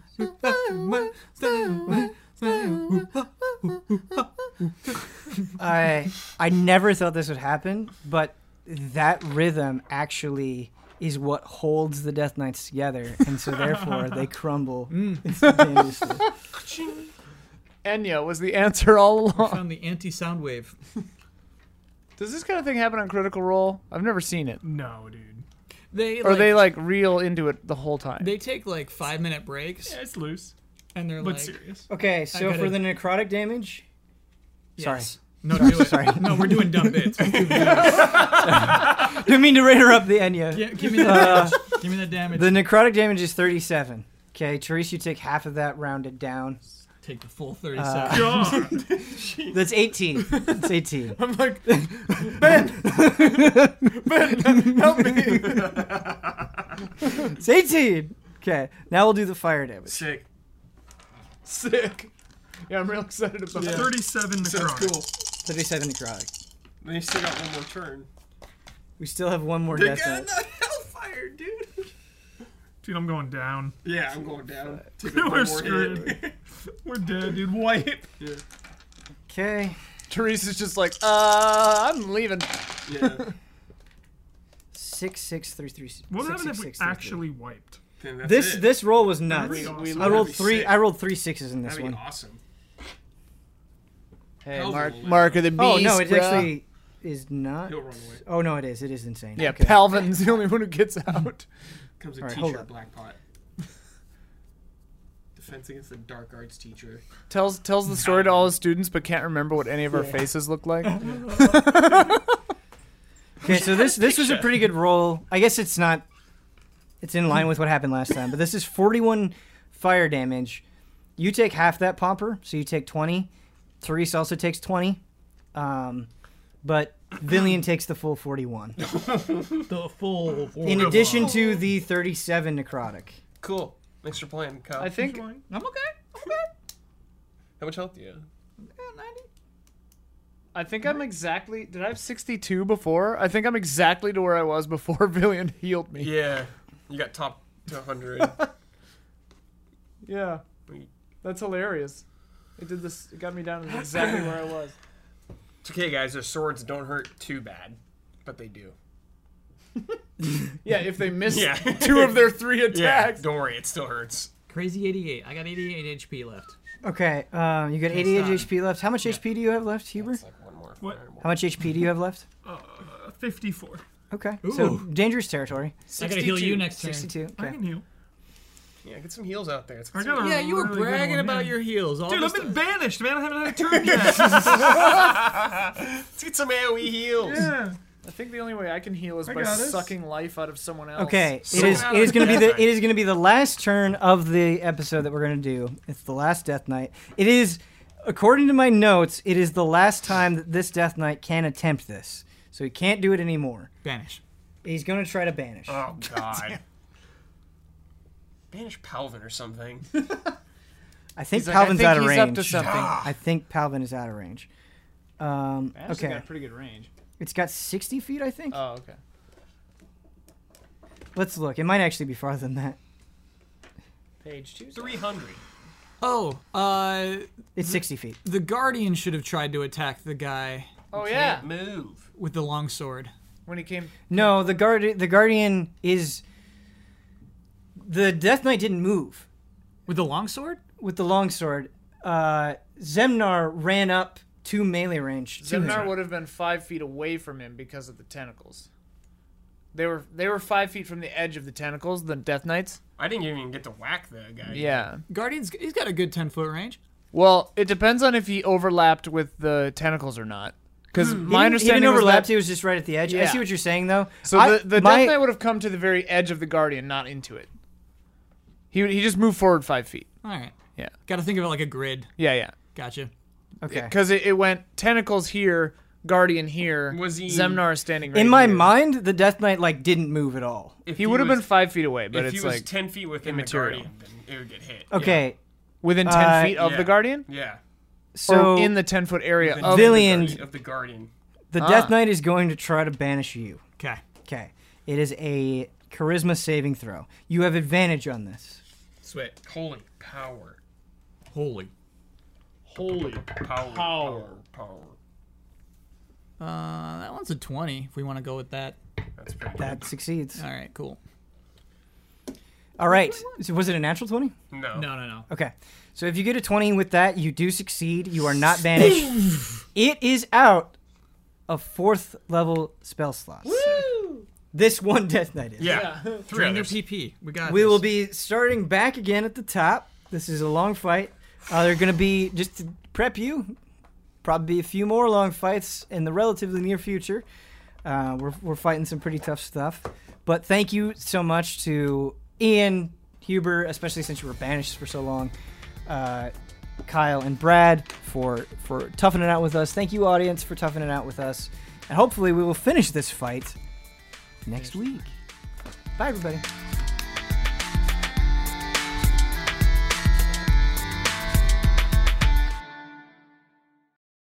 I I never thought this would happen, but that rhythm actually is what holds the Death Knights together, and so therefore they crumble
Mm.
instantaneously.
Enya was the answer all along.
Found the anti sound wave.
Does this kind of thing happen on Critical Role? I've never seen it.
No, dude.
They
Or
like,
they like reel into it the whole time.
they take like five minute breaks
Yeah, it's loose,
and they're
but
like
serious.
Okay, so
gotta-
for the necrotic damage,
Sorry.
Sorry.
No, do it. Sorry. No, we're doing dumb bits.
didn't mean to rate her up the Enya.
Yeah, give me that damage. Give me that damage.
The necrotic damage is 37. Okay, Therese, you take half of that rounded down.
Take the full 37.
God.
That's 18. That's 18.
I'm like, Ben, Ben, help me.
It's 18. Okay, now we'll do the fire damage.
Sick.
Sick. Yeah, I'm real excited about it.
37 necrotic.
Cool.
37 necrotic.
Then you still got one more turn.
We still have one more
They
death
got
knight.
the hellfire, dude.
Dude, I'm going down.
Yeah, I'm going down. Take one
We're
more
screwed.
hit.
We're dead, dude. Wipe.
Okay,
Teresa's just like, uh, I'm leaving.
Yeah.
six six three three. six,
What
six,
happened
six,
if we
six, three, three.
actually wiped?
Then that's
This
it.
this roll was nuts.
That'd be
We
awesome.
I rolled
That'd be
three.
sick.
I rolled three sixes in this
That'd be
one.
awesome.
Hey,
Hell's
Mark,
a little
Mark of the Beast.
Oh no, it
bruh.
actually is not.
He'll run away.
Oh no, it is. It is insane.
Yeah,
Okay.
Palvin's the only one who gets out.
Comes a
All right, hold
teacher,
up.
Black Pot. Defense against the dark arts teacher.
tells tells the story to all his students, but can't remember what any of our faces look like.
Okay, so this this was a pretty good roll. I guess it's not. It's in line with what happened last time, but this is 41 fire damage. You take half that pomper, so you take 20. Therese also takes 20, um, but Villian takes the full 41.
the full.
Oh.
In addition to the 37 necrotic.
Cool. Thanks for playing, Kyle.
I think
I'm okay. I'm okay.
How much health do you have?
Yeah, 90.
I think I'm exactly. Did I have 62 before? I think I'm exactly to where I was before Villian healed me.
Yeah. You got top to 100.
Yeah. That's hilarious. It did this. It got me down to exactly where I was.
it's okay, guys. Their swords don't hurt too bad, but they do.
Yeah, if they miss
Yeah.
two of their three
Yeah.
attacks.
Don't worry. It still hurts.
Crazy 88. I got 88 HP left.
Okay, um, you got 88
done.
HP left. How much HP do you have left, Huber?
It's like one more.
What?
fire, one
How much HP do you have left?
Uh, 54.
Okay, so
Ooh.
dangerous territory.
I gotta heal
62.
you next turn.
62.
I
Okay.
can heal.
Yeah, get some heals out there. It's
I got a
Yeah, you were
really good
bragging
one,
about
yeah.
your heals. All
Dude,
this
I've been banished, man. I haven't had a turn yet.
Let's get some AoE heals.
yeah.
I think the only way I can heal is
I
by
got this.
sucking life out of someone else.
Okay, it
So-
is. It is going to be the.
Death
It is going to be the last turn of the episode that we're going to do. It's the last Death Knight. It is, according to my notes, it is the last time that this Death Knight can attempt this. So he can't do it anymore.
banish.
He's gonna try to banish.
Uh,
Oh God. Banish Palvin or something.
I think
He's like, I
Palvin's
think
out of
he's
range.
up to something.
I think Palvin is out of range. Um,
Actually
okay,
got pretty good range.
it's got 60 feet, I think.
Oh, okay.
Let's look. It might actually be farther than that.
Page two.
Three hundred.
Oh, uh,
Mm-hmm.
It's 60 feet.
the guardian should have tried to attack the guy
Oh yeah.
Move.
with the longsword.
When he came.
No, the guard, the guardian is. The Death Knight didn't move
With the longsword?
with the longsword. Uh, Zemnar ran up to melee range. to him.
Zemnar would have been five feet away from him because of the tentacles. They were they were five feet from the edge of the tentacles, the Death Knights.
I didn't even get to whack the guy.
Yeah.
Guardian's he's got a good ten foot range.
Well, it depends on if he overlapped with the tentacles or not. Because
Hmm.
He
my
didn't-
understanding
he didn't
was
overlap.
that-
He was just right at the edge. I
Yeah.
see what you're saying, though.
So
I-
the, the
my-
Death Knight would have come to the very edge of the Guardian, not into it. He he just moved forward five feet.
All right.
Yeah.
Got to think of it like a grid.
Yeah, yeah.
Gotcha.
okay.
Because it, it went tentacles here, Guardian here.
Was he-
Zemnar is standing right
In my
here.
mind, the Death Knight like didn't move at all.
If
He would have
was-
been five feet away, but
if he
it's
was
like
ten feet within
immaterial.
the guardian, then it would get hit.
Okay,
within ten
uh,
feet of
Yeah.
the Guardian,
Yeah.
so
or in the ten foot area
Within
of.
the
Villian-
guardian- of the guardian.
the
Ah.
Death Knight is going to try to banish you.
Okay.
Okay, it is a charisma saving throw. You have advantage on this.
Sweat. Holy power.
Holy.
Holy power. Power. Power.
Uh, that one's a twenty. If we want to go with that.
That's pretty good.
That succeeds.
All right. Cool.
All right. So was it a natural twenty?
No.
No, no, no.
Okay. So if you get a 20 with that, you do succeed. You are not banished. it is out of fourth level spell slots. This one Death Knight is.
Yeah. Three
Drain their
others.
PP. We got.
We
this.
will be starting back again at the top. This is a long fight. Uh, they're going to be, just to prep you, probably a few more long fights in the relatively near future. Uh, we're, we're fighting some pretty tough stuff. But thank you so much to Ian, Huber, especially since you were banished for so long, uh, Kyle, and Brad for, for toughing it out with us. Thank you, audience, for toughing it out with us. And hopefully, we will finish this fight next week. Bye, everybody.